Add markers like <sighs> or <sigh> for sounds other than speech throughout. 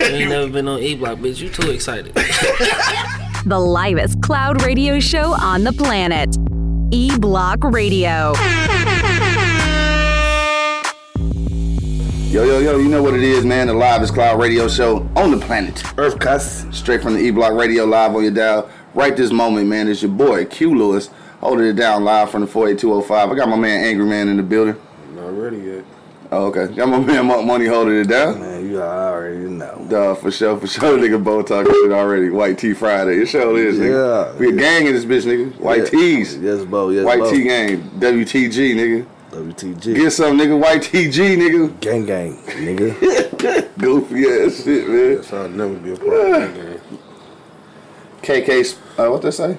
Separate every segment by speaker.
Speaker 1: You ain't never been on E Block, bitch. You too excited.
Speaker 2: The livest cloud radio show on the planet. E Block Radio.
Speaker 3: Yo, yo, yo, you know what it is, man. The Live is Cloud Radio Show on the planet. Earth Cuss. Straight from the E Block Radio Live on your dial. Right this moment, man. It's your boy, Q Lewis, holding it down live from the 48205. I got my man Angry Man in the building.
Speaker 4: Not really yet.
Speaker 3: Oh, okay. Got my <laughs> man Monk Money holding it down.
Speaker 4: Man, you already know.
Speaker 3: Duh, for sure, for sure. <laughs> Nigga, bow talking shit already. White Tea Friday. It sure is, nigga.
Speaker 4: Yeah.
Speaker 3: We a gang in this bitch, nigga. White
Speaker 4: Yeah.
Speaker 3: Tees.
Speaker 4: Yes, Bo. Yes,
Speaker 3: White
Speaker 4: Bo.
Speaker 3: T gang. WTG, nigga.
Speaker 4: WTG.
Speaker 3: Get some, nigga. White TG, nigga.
Speaker 4: Gang gang,
Speaker 3: <laughs>
Speaker 4: nigga.
Speaker 3: Goofy ass shit, man.
Speaker 4: That's how I'll never be a part of gang gang.
Speaker 3: KK, uh, what they say?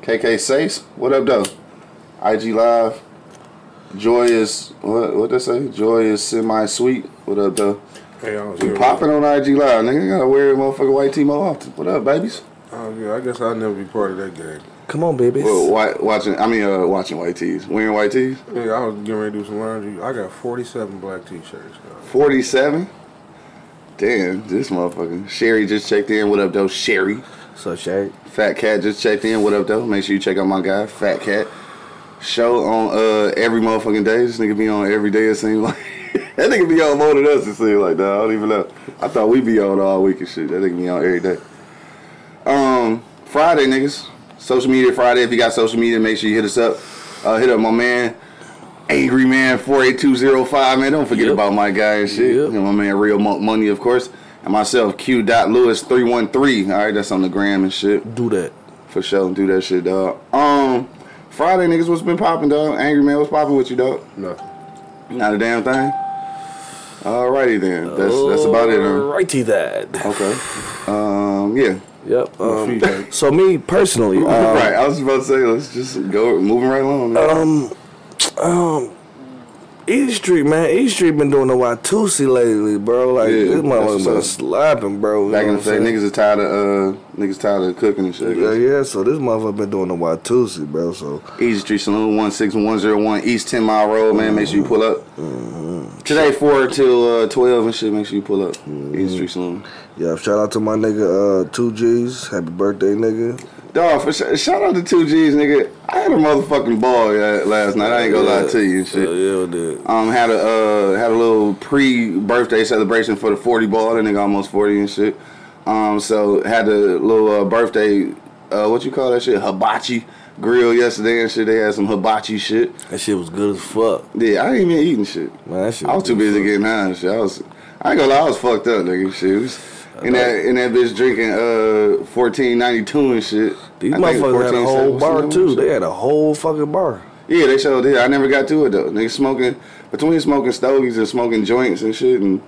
Speaker 3: KK Sace. What up, though? IG Live. Joy is what? What they say? Joy is semi sweet. What up, though?
Speaker 4: Hey, I was
Speaker 3: We
Speaker 4: here.
Speaker 3: popping on IG Live, nigga. Gotta wear a motherfucking white T more often. What up, babies?
Speaker 4: Oh, yeah, I guess I'll never be part of that gang.
Speaker 5: Come on, babies.
Speaker 3: Well, why, watching. I mean, uh, watching white tees. Wearing white tees.
Speaker 4: Nigga, I was getting ready to do some laundry. I got 47 black t-shirts. dog.
Speaker 3: Forty-seven. Damn, this motherfucker. Sherry just checked in. What up, though? Sherry.
Speaker 5: So, Shay,
Speaker 3: Fat Cat just checked in. What up, though? Make sure you check out my guy, Fat Cat. Show on uh every motherfucking day. This nigga be on every day. It seems like <laughs> that nigga be on more than us. It seems like that. I don't even know. I thought we be on all week and shit. That nigga be on every day. Um, Friday niggas, social media Friday. If you got social media, make sure you hit us up. Uh, hit up my man, Angry Man four eight two zero five. Man, don't forget
Speaker 1: Yep.
Speaker 3: about my guy and shit.
Speaker 1: Yep.
Speaker 3: And my man, Real Monk Money, of course. And myself, Q. Lewis three one three. All right, that's on the gram and shit.
Speaker 5: do that.
Speaker 3: For sure, do that shit, dog. Um, Friday niggas, what's been popping, dog? Angry man, what's popping with you, dog?
Speaker 4: Nothing.
Speaker 3: Not a damn thing. Alrighty then, that's that's about it. Huh?
Speaker 5: Righty that.
Speaker 3: Okay. Um, yeah.
Speaker 5: Yep.
Speaker 4: feet
Speaker 5: Um,
Speaker 4: hurt.
Speaker 5: so me personally, um,
Speaker 3: right. I was about to say, let's just go moving right along. man.
Speaker 5: um, um, East Street, man. East Street been doing the Watusi lately, bro. Like
Speaker 3: Yeah,
Speaker 5: this
Speaker 3: that's
Speaker 5: motherfucker
Speaker 3: what's up.
Speaker 5: been slapping, bro. You
Speaker 3: Back
Speaker 5: know
Speaker 3: in the
Speaker 5: what
Speaker 3: day,
Speaker 5: I'm saying?
Speaker 3: niggas is tired of uh, niggas tired of cooking and shit.
Speaker 5: Yeah, yeah. So this motherfucker been doing the Watusi, bro. So
Speaker 3: Easy Street Saloon, one six one zero one East Ten Mile Road, man. Make sure you pull up.
Speaker 5: Mm.
Speaker 3: Today four till uh, twelve and shit. Make sure you pull up.
Speaker 5: Mm.
Speaker 3: Easy Street Saloon.
Speaker 5: yeah, shout out to my nigga uh, Two G's. Happy birthday, nigga.
Speaker 3: Dog, for sure. shout out to two G's, nigga. I had a motherfucking ball yeah, last night. I ain't gonna lie to you and shit.
Speaker 5: Hell yeah, dude.
Speaker 3: Um, had a uh, had a little pre-birthday celebration for the forty ball. That nigga almost forty and shit. Um, so had a little uh, birthday. Uh, what you call that shit? Hibachi grill yesterday and shit. They had some hibachi shit.
Speaker 5: That shit was good as fuck.
Speaker 3: Yeah, I ain't even eating shit.
Speaker 5: Man, that shit
Speaker 3: I was too
Speaker 5: good as
Speaker 3: busy getting high and shit. I was, I ain't gonna lie, I was fucked up, nigga. Shit, it was
Speaker 5: Uh,
Speaker 3: in that in that bitch drinking uh fourteen ninety two and shit.
Speaker 5: These
Speaker 3: I think it's
Speaker 5: motherfuckers had a
Speaker 3: 14,
Speaker 5: whole
Speaker 3: what's the name
Speaker 5: bar
Speaker 3: of
Speaker 5: too.
Speaker 3: it?
Speaker 5: They had a whole fucking bar.
Speaker 3: Yeah, they showed it. I never got to it though. Niggas smoking between smoking stogies and smoking joints and shit and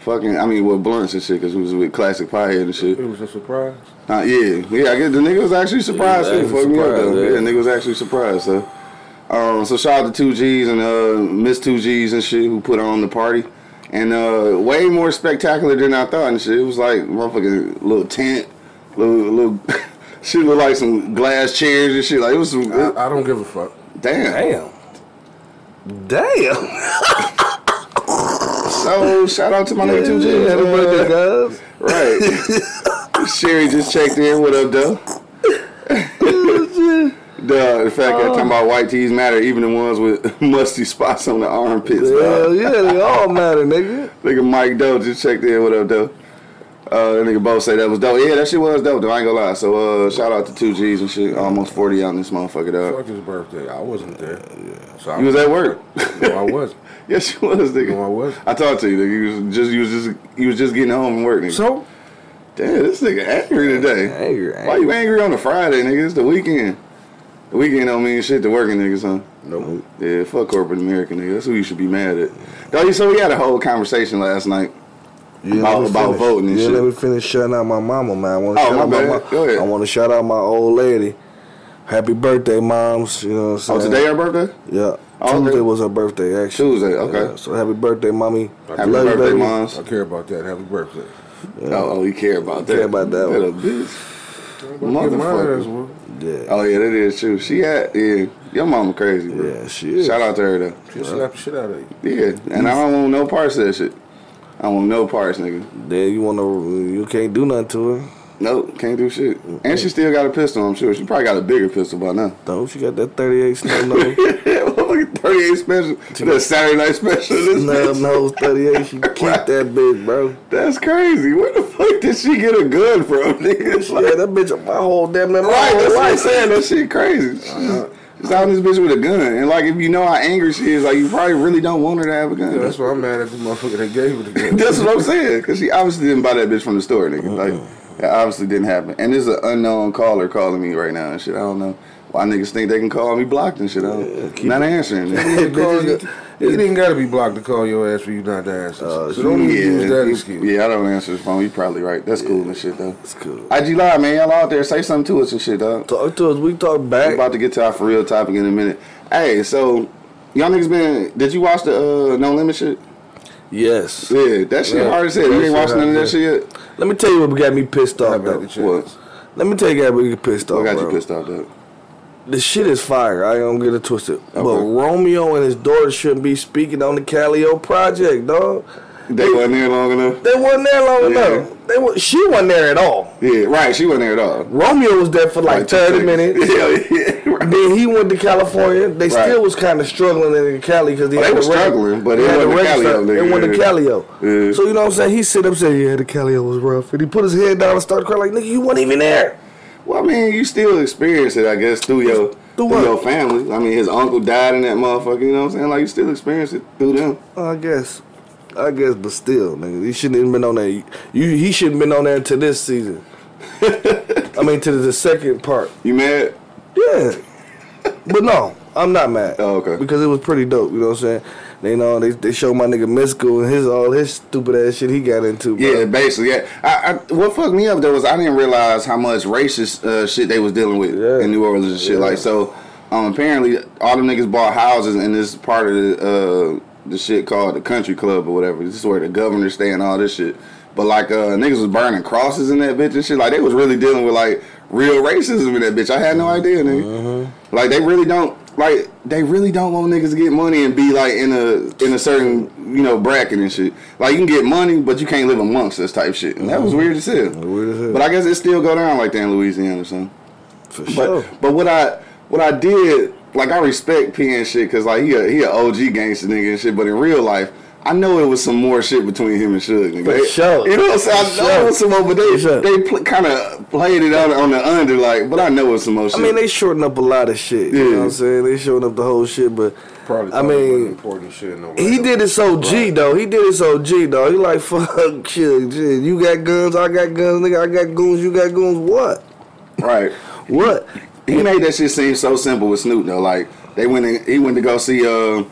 Speaker 3: fucking. I mean, with blunts and shit because we was with classic pothead and shit.
Speaker 4: It was a surprise.
Speaker 3: Uh, yeah, yeah. I guess the nigga was actually surprised.
Speaker 5: Yeah,
Speaker 3: too.
Speaker 5: he was
Speaker 3: Fuck me up
Speaker 5: surprised,
Speaker 3: though. Yeah.
Speaker 5: yeah.
Speaker 3: nigga was actually surprised. So, um, so shout out to Two G's and uh, Miss Two G's and shit who put on the party, and uh, way more spectacular than I thought and shit. It was like motherfucking little tent, little little. <laughs> Shit looked like some glass chairs and shit. Like it was some
Speaker 5: Uh,
Speaker 4: I, I don't give a fuck.
Speaker 5: Damn.
Speaker 3: <laughs>
Speaker 5: Damn.
Speaker 3: So shout out to my nigga Two Uh, G.
Speaker 5: Happy birthday, guys.
Speaker 4: <laughs>
Speaker 3: Right. Sherry just checked in. What up, though? Duh, the fact
Speaker 4: Oh.
Speaker 3: that talking about white tees matter, even the ones with <laughs> musty spots on the armpits.
Speaker 5: Hell
Speaker 3: dog.
Speaker 5: yeah, they all matter, nigga.
Speaker 3: Nigga Mike Doe just checked in. What up, though? Uh, that nigga both say that was dope. Yeah, that shit was dope. Though I ain't gonna lie. So uh, shout out to two G's and shit. Almost forty on this motherfucker, dog.
Speaker 4: Fuck his birthday. I wasn't there. So I
Speaker 3: You was at work. <laughs>
Speaker 4: No, I wasn't.
Speaker 3: yes, you was, nigga.
Speaker 4: No, I wasn't.
Speaker 3: I talked to you. Nigga. You was just, you was just, you was just getting home from work, nigga.
Speaker 4: So
Speaker 3: Damn, this nigga angry today.
Speaker 5: Angry,
Speaker 3: Why you angry on a Friday, nigga? It's the weekend. The weekend don't mean shit to working niggas, huh?
Speaker 4: Nope.
Speaker 3: Yeah, fuck corporate America, nigga. That's who you should be mad at. Dog, so we had a whole conversation last night.
Speaker 5: You didn't
Speaker 3: About-
Speaker 5: let me
Speaker 3: about
Speaker 5: finish.
Speaker 3: voting and
Speaker 5: you didn't
Speaker 3: shit.
Speaker 5: let me finish shouting out my mama, man. I want to
Speaker 3: Oh,
Speaker 5: shout
Speaker 3: my
Speaker 5: out
Speaker 3: bad.
Speaker 5: my
Speaker 3: Go ahead.
Speaker 5: mom. I want to shout out my old lady. Happy birthday, moms. You know what I'm
Speaker 3: Oh,
Speaker 5: saying?
Speaker 3: today our birthday?
Speaker 5: Yeah.
Speaker 3: Oh, okay.
Speaker 5: Tuesday was her birthday, actually.
Speaker 3: Tuesday, okay.
Speaker 5: Yeah, so happy birthday, mommy.
Speaker 3: Happy
Speaker 5: Love you,
Speaker 3: birthday,
Speaker 5: baby.
Speaker 3: moms.
Speaker 4: I care about that. Happy birthday.
Speaker 3: Oh, oh, you care about that.
Speaker 5: Care about that
Speaker 3: Little
Speaker 5: one.
Speaker 3: bitch.
Speaker 4: Mine as
Speaker 3: Motherfucker.
Speaker 4: well.
Speaker 5: Yeah.
Speaker 3: Oh, yeah, that is true. She had, yeah. Your mama crazy, bro.
Speaker 5: Yeah, she is.
Speaker 3: Shout out to her, though.
Speaker 4: She slapped the shit out of you.
Speaker 3: Yeah, and I don't want no parts of that shit. I don't want no parts, nigga.
Speaker 5: Then you wanna you can't do nothing to her.
Speaker 3: Nope, can't do shit. And she still got a pistol, I'm sure. She probably got a bigger pistol by now.
Speaker 5: Though she got that thirty eight
Speaker 3: <laughs>
Speaker 5: snub nose.
Speaker 3: Motherfucking 38 special. That Saturday night special. This
Speaker 5: snub
Speaker 3: bitch.
Speaker 5: nose thirty eight, she keep that bitch, bro.
Speaker 3: That's crazy. Where the fuck did she get a gun from, nigga? It's
Speaker 5: Yeah,
Speaker 3: like-
Speaker 5: that bitch my whole damn near my
Speaker 3: Right,
Speaker 5: whole
Speaker 3: that's what Uh-huh. I'm
Speaker 5: life.
Speaker 3: saying. That shit crazy. She's, she's out in this bitch with a gun. And like if you know how angry she is, like you probably really don't want her to have a gun. <laughs>
Speaker 4: Yeah, that's why I'm mad at the motherfucker that gave her the gun.
Speaker 3: That's what I'm saying. Uh-huh. Cause she obviously didn't buy that bitch from the store, nigga. Like that obviously didn't happen. And there's an unknown caller calling me right now and shit. I don't know. Why niggas think they can call me blocked and shit? I don't, not <laughs> answering.
Speaker 4: You call
Speaker 3: nigga.
Speaker 4: your- You didn't gotta be blocked to call your ass for you not to answer. so don't even use that excuse.
Speaker 3: Uh, yeah, I don't answer the phone. You probably right. That's cool and shit though.
Speaker 5: It's cool.
Speaker 3: IG Live, man, y'all out there, say something to us and shit, dog.
Speaker 5: Talk to us. We talk
Speaker 3: we
Speaker 5: back.
Speaker 3: about to get to our for real topic in a minute. Hey, so y'all niggas been? Did you watch the uh, No Limit shit?
Speaker 5: yes.
Speaker 3: Yeah, that shit
Speaker 4: Yeah.
Speaker 3: hard as hell. You
Speaker 4: That
Speaker 3: ain't
Speaker 4: shit
Speaker 3: watched none of
Speaker 4: hard
Speaker 3: that
Speaker 4: as
Speaker 3: shit yet.
Speaker 5: Let me tell you what got me pissed
Speaker 4: I
Speaker 5: off
Speaker 4: got
Speaker 5: though.
Speaker 4: the chance.
Speaker 3: What?
Speaker 5: Let me tell you what got me pissed off.
Speaker 3: What got you
Speaker 5: bro.
Speaker 3: pissed off though?
Speaker 5: The shit is fire. I don't get it twisted. But
Speaker 3: Okay.
Speaker 5: Romeo and his daughter shouldn't be speaking on the Calio project, dog.
Speaker 3: They wasn't there long enough.
Speaker 5: They wasn't there long
Speaker 3: Yeah.
Speaker 5: enough. They wa- she wasn't there at all.
Speaker 3: Yeah, right. She wasn't there at all.
Speaker 5: Romeo was there for like,
Speaker 3: Like two
Speaker 5: 30
Speaker 3: seconds. <laughs>
Speaker 5: minutes.
Speaker 3: Yeah, yeah. Right.
Speaker 5: Then he went to California. They
Speaker 3: Right.
Speaker 5: still was kind of struggling in Cali because he
Speaker 3: Oh, they
Speaker 5: had
Speaker 3: was
Speaker 5: to reg-
Speaker 3: struggling, but
Speaker 5: he
Speaker 3: it
Speaker 5: had to
Speaker 3: wasn't the
Speaker 5: register.
Speaker 3: Calio, nigga.
Speaker 5: It wasn't the
Speaker 3: Yeah.
Speaker 5: Calio.
Speaker 3: Yeah.
Speaker 5: So you know what I'm saying? He sit up and said, "Yeah, the Calio was rough," and he put his head down and started crying like, "Nigga, you weren't even there."
Speaker 3: Well, I mean, you still experience it, I guess, through your
Speaker 5: Through
Speaker 3: through,
Speaker 5: what?
Speaker 3: your family. I mean, his uncle died in that motherfucker. You know what I'm saying? Like, you still experience it through them.
Speaker 5: I guess, I guess, but still, nigga, he shouldn't even been on there. You, he shouldn't been on there until this season. <laughs> I mean, to the second part.
Speaker 3: You mad?
Speaker 5: Yeah. but no, I'm not mad.
Speaker 3: Oh, okay.
Speaker 5: Because it was pretty dope, you know what I'm saying? They know they they show my nigga Misco and his all his stupid ass shit he got into. bro.
Speaker 3: Yeah, basically. Yeah. I, I, what fucked me up though was I didn't realize how much racist uh, shit they was dealing with
Speaker 5: Yeah.
Speaker 3: in New Orleans and shit.
Speaker 5: Yeah.
Speaker 3: Like, so um, apparently all them niggas bought houses in this part of the uh, the shit called the Country Club or whatever. This is where the governor stay and all this shit. But like uh, niggas was burning crosses in that bitch and shit. Like they was really dealing with like real racism in that bitch. I had no idea, nigga.
Speaker 5: Mm-hmm.
Speaker 3: Like they really don't like they really don't want niggas to get money and be like in a in a certain you know bracket and shit. Like you can get money, but you can't live amongst us type shit. And that was weird as hell.
Speaker 5: Mm-hmm. Weird as hell.
Speaker 3: But I guess it still go down like that in Louisiana or something.
Speaker 5: for
Speaker 3: But
Speaker 5: sure.
Speaker 3: but what I what I did like I respect P and shit because like he a, he a OG gangster nigga and shit. But in real life. I know it was some more shit between him and Suge. nigga.
Speaker 5: For
Speaker 3: They-
Speaker 5: sure.
Speaker 3: You know what I'm saying? I
Speaker 5: For
Speaker 3: know
Speaker 5: sure.
Speaker 3: it was some more, but they,
Speaker 5: For sure.
Speaker 3: they pl- kind of played it out on the under, like, but I know it was some more shit.
Speaker 5: I mean, they shorten up a lot of shit. You
Speaker 3: Yeah.
Speaker 5: know what I'm saying? They shorten up the whole shit, but
Speaker 4: Probably
Speaker 5: I
Speaker 4: thought it wasn't
Speaker 5: mean,
Speaker 4: important shit. in No
Speaker 5: He did it so G though. He did it so G though. He like <laughs> fuck shit, shit. You got guns, I got guns, nigga. I got goons, you got goons. What?
Speaker 3: right.
Speaker 5: What?
Speaker 3: He made that shit seem so simple with Snoop though. Like they went in, he went to go see uh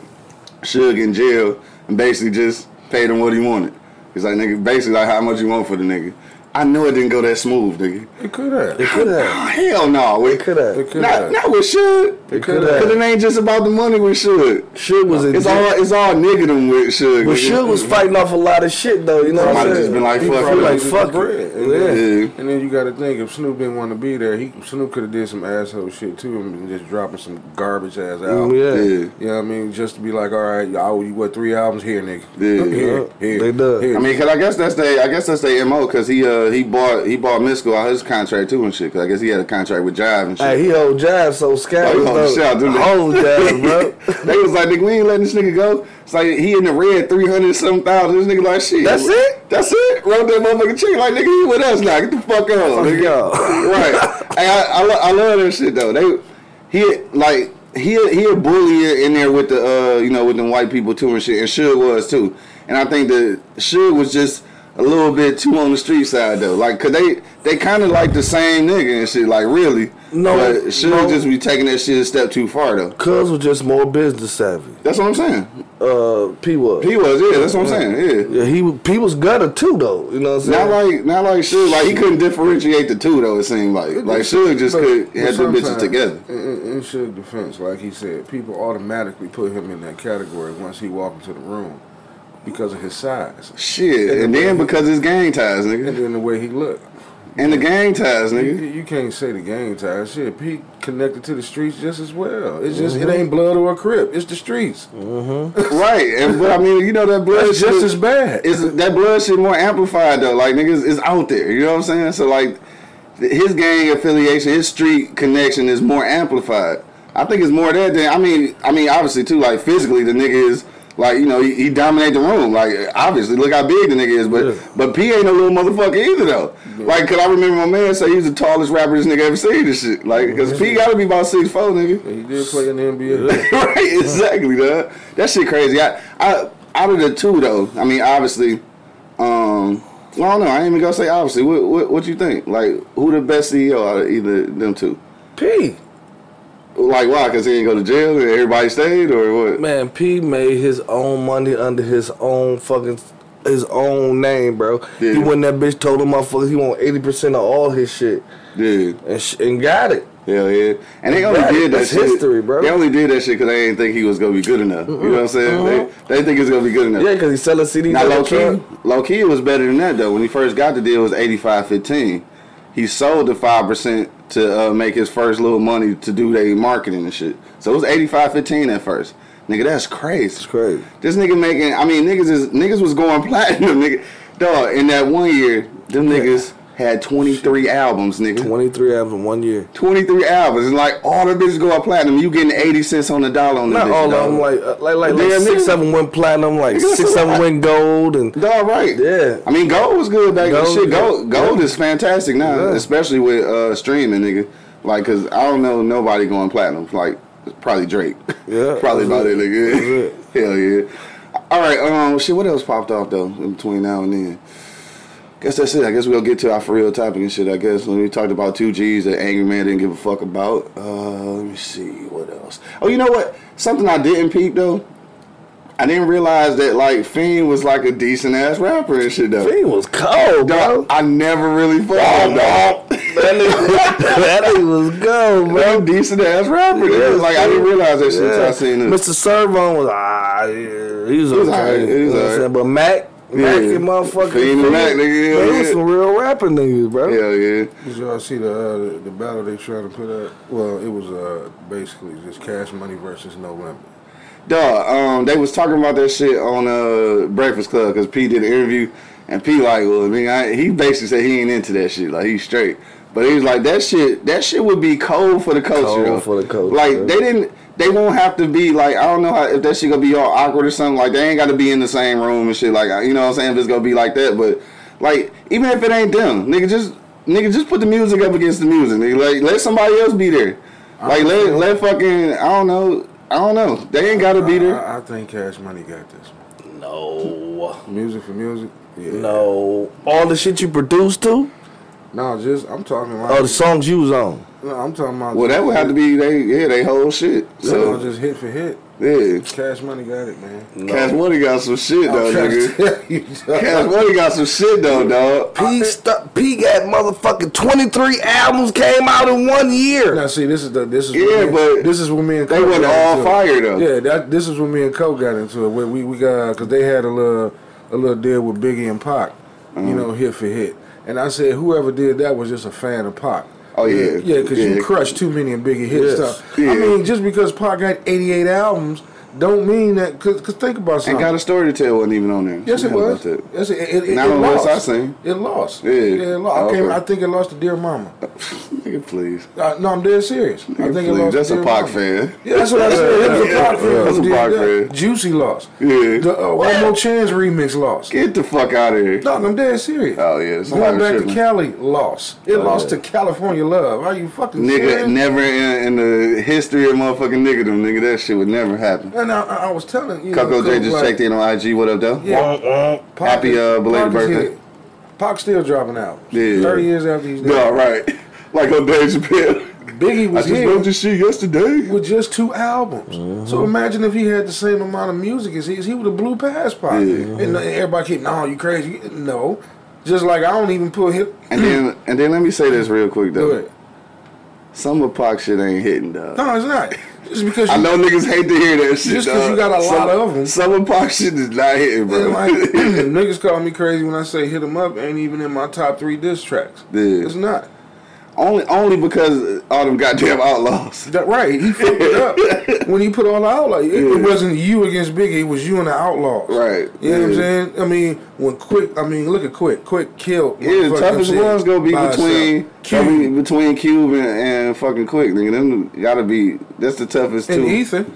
Speaker 3: Suge in jail and basically just paid him what he wanted. He's like nigga, basically like how much you want for the nigga. I know it didn't go that smooth, nigga.
Speaker 4: It could have.
Speaker 5: It could have.
Speaker 3: Oh, Hell no, we
Speaker 5: It could have.
Speaker 4: It could
Speaker 3: Not,
Speaker 4: have.
Speaker 3: not with Suge.
Speaker 4: It could
Speaker 5: coulda.
Speaker 3: Cause it
Speaker 4: have.
Speaker 3: ain't just about the money with Suge.
Speaker 5: Shit was in.
Speaker 3: It's
Speaker 5: jail.
Speaker 3: all it's all nigga them with Suge.
Speaker 5: But
Speaker 3: nigga.
Speaker 5: Suge was fighting off a lot of shit though. You know what
Speaker 3: Might
Speaker 5: I'm
Speaker 3: have
Speaker 5: saying?
Speaker 3: just been like,
Speaker 5: He
Speaker 3: fuck
Speaker 5: probably
Speaker 3: it.
Speaker 5: like,
Speaker 4: Just
Speaker 5: fuck
Speaker 4: the bread.
Speaker 5: it.
Speaker 4: And
Speaker 5: Yeah.
Speaker 4: then,
Speaker 3: Yeah.
Speaker 4: and then you got to think if Snoop didn't want to be there, he Snoop could have did some asshole shit too, and just dropping some garbage ass out.
Speaker 5: Mm, yeah.
Speaker 3: Yeah.
Speaker 4: You know what I mean? Just to be like, all right, I owe you what three albums here, nigga.
Speaker 3: Yeah.
Speaker 4: Here,
Speaker 5: Yeah,
Speaker 4: here,
Speaker 5: they done.
Speaker 4: here.
Speaker 3: I mean, cause I guess that's they. I guess that's they mo. Cause he uh he bought he bought Misco out his contract too and shit. Cause I guess he had a contract with Jive and shit.
Speaker 5: Hey, he hold jive so scout.
Speaker 3: Oh, he hold the shot, do they?
Speaker 5: Hold jive, bro.
Speaker 3: they was like, nigga, we ain't letting this nigga go. It's like he in the red, three hundred some thousand. This nigga like, shit.
Speaker 5: That's it?
Speaker 3: That's it. Wrote that motherfucking check. Like, nigga, you with us now? Get the fuck on, <laughs>
Speaker 5: Fuck
Speaker 3: nigga.
Speaker 5: y'all.
Speaker 3: right. Hey, I, I, lo- I love that shit though. They he like he he a bully in there with the uh you know with them white people too and shit. And Suge was too. And I think the Suge was just. A little bit too on the street side though, like cause they they kind of like the same nigga and shit, like really.
Speaker 5: No,
Speaker 3: but Suge
Speaker 5: no.
Speaker 3: just be taking that shit a step too far though.
Speaker 5: <laughs> Cuz was just more business savvy.
Speaker 3: That's what I'm saying.
Speaker 5: Uh, P was.
Speaker 3: He was, yeah. That's what I'm saying, yeah.
Speaker 5: yeah, he was- P was gutter too though. You know what I'm
Speaker 3: Not
Speaker 5: saying?
Speaker 3: like, not like Suge. Like he couldn't differentiate the two though. It seemed like, like Suge just
Speaker 4: But-
Speaker 3: could
Speaker 4: but
Speaker 3: had the bitches
Speaker 4: sometimes,
Speaker 3: together.
Speaker 4: In, in, in Suge's defense, like he said, people automatically put him in that category once he walked into the room because of his size
Speaker 3: Shit, and then because his gang ties,
Speaker 4: and
Speaker 3: nigga.
Speaker 4: then the way he looked.
Speaker 3: And the gang ties,
Speaker 4: You, <laughs>
Speaker 3: nigga.
Speaker 4: you can't say the gang ties. Shit, Pete connected to the streets just as well. It's just
Speaker 3: Mm-hmm.
Speaker 4: it ain't blood or a crip. It's the streets.
Speaker 3: right. And, but I mean, you know that blood
Speaker 4: It's just
Speaker 3: shit-
Speaker 4: as bad.
Speaker 3: It's that blood shit more amplified though. Like niggas is out there. You know what I'm saying? So like th- his gang affiliation, his street connection is more amplified. I think it's more that than I mean I mean obviously too, like physically the nigga is like, you know, he, he dominate the room. Like obviously look how big the nigga is, but but P ain't no little motherfucker either though. Like cause I remember my man say he was the tallest rapper this nigga ever seen this shit. Like cause P gotta be about six four nigga
Speaker 4: He did play in the
Speaker 3: <laughs>
Speaker 4: NBA.
Speaker 3: right, exactly, dude. That shit crazy. I, I, out of the two though, I mean, obviously, um, well, I don't know. I ain't even gonna say obviously. What, what, what you think? Like, who the best CEO out of either them two?
Speaker 5: P.
Speaker 3: Like, why? Cause he didn't go to jail and everybody stayed, or what?
Speaker 5: Man, P made his own money under his own fucking his own name, bro. He
Speaker 3: Yeah.
Speaker 5: went that bitch told him motherfuckers he want eighty percent of all his shit
Speaker 3: Yeah,
Speaker 5: and sh- and got it.
Speaker 3: hell yeah. And they only
Speaker 5: Right,
Speaker 3: did that
Speaker 5: that's
Speaker 3: shit.
Speaker 5: history, bro.
Speaker 3: They only did that shit because they didn't think he was gonna be good enough. You know what I'm saying? They, they think it's gonna be good enough.
Speaker 5: Uh-huh. Yeah, cause he selling CDs.
Speaker 3: Now,
Speaker 5: on the
Speaker 3: low key,
Speaker 5: truck.
Speaker 3: low key, it was better than that though. When he first got the deal, it was eighty five fifteen. He sold the five percent to uh, make his first little money to do their marketing and shit. So it was eighty five fifteen at first. Nigga, that's crazy.
Speaker 5: It's crazy.
Speaker 3: This nigga making. I mean, niggas is niggas was going <laughs> platinum, nigga. Dog in that one year, them niggas had twenty three albums, nigga.
Speaker 5: Twenty three albums in one year.
Speaker 3: 23 albums. And like all the bitches going platinum. You getting 80 cents on the dollar on the
Speaker 5: Not
Speaker 3: bitch,
Speaker 5: all
Speaker 3: dog.
Speaker 5: of them. Like uh, like like, like
Speaker 3: Damn,
Speaker 5: six
Speaker 3: nigga.
Speaker 5: of them went platinum. <laughs> Like
Speaker 3: Nigga,
Speaker 5: six
Speaker 3: that's a
Speaker 5: of them
Speaker 3: lot.
Speaker 5: went gold and
Speaker 3: Dog, right?
Speaker 5: Yeah.
Speaker 3: I mean, gold was good back then.
Speaker 5: Gold,
Speaker 3: Shit, gold,
Speaker 5: yeah.
Speaker 3: gold is fantastic now,
Speaker 5: Yeah.
Speaker 3: especially with uh, streaming, nigga. Like, cause I don't know nobody going platinum. Like, probably Drake.
Speaker 5: Yeah,
Speaker 3: <laughs> probably
Speaker 5: that's
Speaker 3: about it,
Speaker 5: it.
Speaker 3: nigga.
Speaker 5: That's
Speaker 3: <laughs> Hell yeah. All right, um, shit. What else popped off though in between now and then? Guess that's it. I guess we'll get to our for real topic and shit. I guess when we talked about two G's that angry man didn't give a fuck about. Uh, let me see what else. Oh, you know what? Something I didn't peep though. I didn't realize that like Fiend was like a decent ass rapper and shit though.
Speaker 5: he was cold,
Speaker 3: Dog,
Speaker 5: bro.
Speaker 3: I never really fucked with him,
Speaker 5: That
Speaker 3: dog. <laughs>
Speaker 5: <laughs> nigga, that nigga was gold, bro.
Speaker 3: Bro, decent ass rapper. dude.
Speaker 5: Yeah,
Speaker 3: like I didn't realize that shit until I seen this.
Speaker 5: Mr. Servon was ah, yeah, he was,
Speaker 3: was
Speaker 5: okay.
Speaker 3: alright, he was
Speaker 5: You know what I'm
Speaker 3: alright.
Speaker 5: saying? But Mac, Mac
Speaker 3: Yeah.
Speaker 5: and motherfucker,
Speaker 3: Fiend and Mac, nigga, yeah,
Speaker 5: they was
Speaker 3: yeah.
Speaker 5: some real rapping niggas, bro.
Speaker 3: Hell yeah.
Speaker 4: Did y'all see the uh, the, the battle they trying to put up? Well, it was uh, basically just Cash Money versus No Limit.
Speaker 3: Dog, um, they was talking about that shit on uh Breakfast Club because P did an interview and P like, well, I mean, I, he basically said he ain't into that shit. Like he's straight, but he was like, that shit, that shit would be cold for the culture.
Speaker 5: Cold
Speaker 3: though.
Speaker 5: for the culture.
Speaker 3: Like they didn't, they won't have to be like, I don't know how, if that shit gonna be all awkward or something. Like they ain't got to be in the same room and shit. Like you know what I'm saying? If it's gonna be like that, but like even if it ain't them, nigga, just nigga, just put the music up against the music. Nigga. Like let somebody else be there. Like let let fucking I don't know. I don't know. They ain't gotta be there.
Speaker 4: I, I think Cash Money got this.
Speaker 5: No,
Speaker 4: Music for music. Yeah.
Speaker 5: no, all the shit you produced to,
Speaker 4: No, just I'm talking about.
Speaker 5: all the songs you was on.
Speaker 4: no, I'm talking about.
Speaker 3: Oh, Well, that would have to be they yeah they whole shit.
Speaker 4: So
Speaker 3: So
Speaker 4: just hit for hit.
Speaker 3: yeah,
Speaker 4: Cash Money got it, man.
Speaker 3: Cash Money got some shit though,
Speaker 4: I'm trying to
Speaker 3: nigga.
Speaker 4: tell you, dog.
Speaker 3: Cash Money got some shit though, dog.
Speaker 5: P, stu- P got motherfucking twenty three albums came out in one year.
Speaker 4: Now see, this is the this is
Speaker 3: Yeah,
Speaker 4: what me,
Speaker 3: but
Speaker 4: this is when me and
Speaker 3: they
Speaker 4: Cole
Speaker 3: wasn't
Speaker 4: got
Speaker 3: all
Speaker 4: into it.
Speaker 3: fire, though.
Speaker 4: Yeah, that this is when me and Cole got into it. Where we we got because they had a little a little deal with Biggie and Pac, you
Speaker 3: Mm.
Speaker 4: know, hit for hit. And I said whoever did that was just a fan of Pac.
Speaker 3: Oh, yeah.
Speaker 4: yeah, because
Speaker 3: Yeah.
Speaker 4: you crushed too many and Biggie hit
Speaker 5: Yes.
Speaker 4: stuff.
Speaker 3: Yeah.
Speaker 4: I mean, just because Pac got eighty eight albums, don't mean that. Cause, 'cause think about
Speaker 3: And
Speaker 4: something.
Speaker 3: got a story to tell wasn't even on there.
Speaker 4: Yes, it
Speaker 3: Forgot
Speaker 4: was.
Speaker 3: about that.
Speaker 4: Yes, it, it, it,
Speaker 3: Not
Speaker 4: it
Speaker 3: on the
Speaker 4: lost.
Speaker 3: list I seen.
Speaker 4: It lost.
Speaker 3: Yeah.
Speaker 4: it lost. I,
Speaker 3: Oh,
Speaker 4: came,
Speaker 3: okay.
Speaker 4: I think it lost to Dear Mama.
Speaker 3: Nigga, please.
Speaker 4: Uh, no, I'm dead serious. I
Speaker 3: Nigga,
Speaker 4: think it
Speaker 3: please.
Speaker 4: lost.
Speaker 3: That's
Speaker 4: to
Speaker 3: a
Speaker 4: Dear
Speaker 3: Pac
Speaker 4: Mama.
Speaker 3: fan.
Speaker 4: Yeah, that's what I said. That's a Pac fan.
Speaker 3: That's a
Speaker 4: Did
Speaker 3: Pac
Speaker 4: that.
Speaker 3: fan.
Speaker 4: Juicy lost.
Speaker 3: Yeah.
Speaker 4: The uh, One More Chance remix lost.
Speaker 3: Get the fuck out of here.
Speaker 4: No, I'm dead serious.
Speaker 3: Oh, yeah, somebody
Speaker 4: Going back
Speaker 3: tripping.
Speaker 4: to Cali, lost. It lost to California Love. Are you fucking
Speaker 3: Oh, Nigga,
Speaker 4: serious?
Speaker 3: never in, in the history of motherfucking niggerdom, nigga, that shit would never happen.
Speaker 4: and I, I I was telling you.
Speaker 3: Coco J
Speaker 4: Coke,
Speaker 3: just
Speaker 4: like,
Speaker 3: checked in on IG. What up, though?
Speaker 4: Yeah, Pac
Speaker 3: Happy,
Speaker 4: is-
Speaker 3: uh, belated
Speaker 4: Pac is
Speaker 3: birthday.
Speaker 4: hit. Pac still dropping out.
Speaker 3: Yeah.
Speaker 4: Thirty years after he's dead.
Speaker 3: No, right. <laughs> Like on Dave Chappelle.
Speaker 4: Biggie
Speaker 3: I
Speaker 4: was
Speaker 3: just
Speaker 4: here
Speaker 3: wrote this shit yesterday.
Speaker 4: with just two albums. So imagine if he had the same amount of music as he is, he would have blew past Pac.
Speaker 3: Yeah.
Speaker 4: And uh, everybody keep, no, you crazy? No, just like I don't even put hip.
Speaker 3: And then, and then let me say this real quick
Speaker 4: Do
Speaker 3: though.
Speaker 4: it.
Speaker 3: Some of Pac shit ain't hitting though.
Speaker 4: No, it's not. Just because you,
Speaker 3: I know niggas hate to hear that shit.
Speaker 4: 'cause you
Speaker 3: dog.
Speaker 4: got a
Speaker 3: Some-
Speaker 4: lot of 'em.
Speaker 3: Some of Pac shit is not hitting, bro.
Speaker 4: And, <clears throat> like, niggas call me crazy when I say hit 'em up. Ain't even in my top three diss tracks.
Speaker 3: Yeah.
Speaker 4: It's not.
Speaker 3: <laughs> only, only because all them goddamn outlaws.
Speaker 4: That right? He fucked
Speaker 3: <laughs>
Speaker 4: it up when he put all out. Like it, it
Speaker 3: Yeah.
Speaker 4: wasn't you against Biggie. It was you and the Outlaws.
Speaker 3: Right.
Speaker 4: You know what I'm
Speaker 3: Yeah.
Speaker 4: saying? I mean, when quick, I mean, look at quick. Quick killed.
Speaker 3: Yeah, the
Speaker 4: motherfucking
Speaker 3: toughest
Speaker 4: shit
Speaker 3: one's gonna be
Speaker 4: by
Speaker 3: between
Speaker 4: himself.
Speaker 3: I mean,
Speaker 4: Cube
Speaker 3: between Cube and, and fucking Quick, nigga. Them gotta be that's the toughest
Speaker 4: and
Speaker 3: two. <laughs>
Speaker 4: Ethan.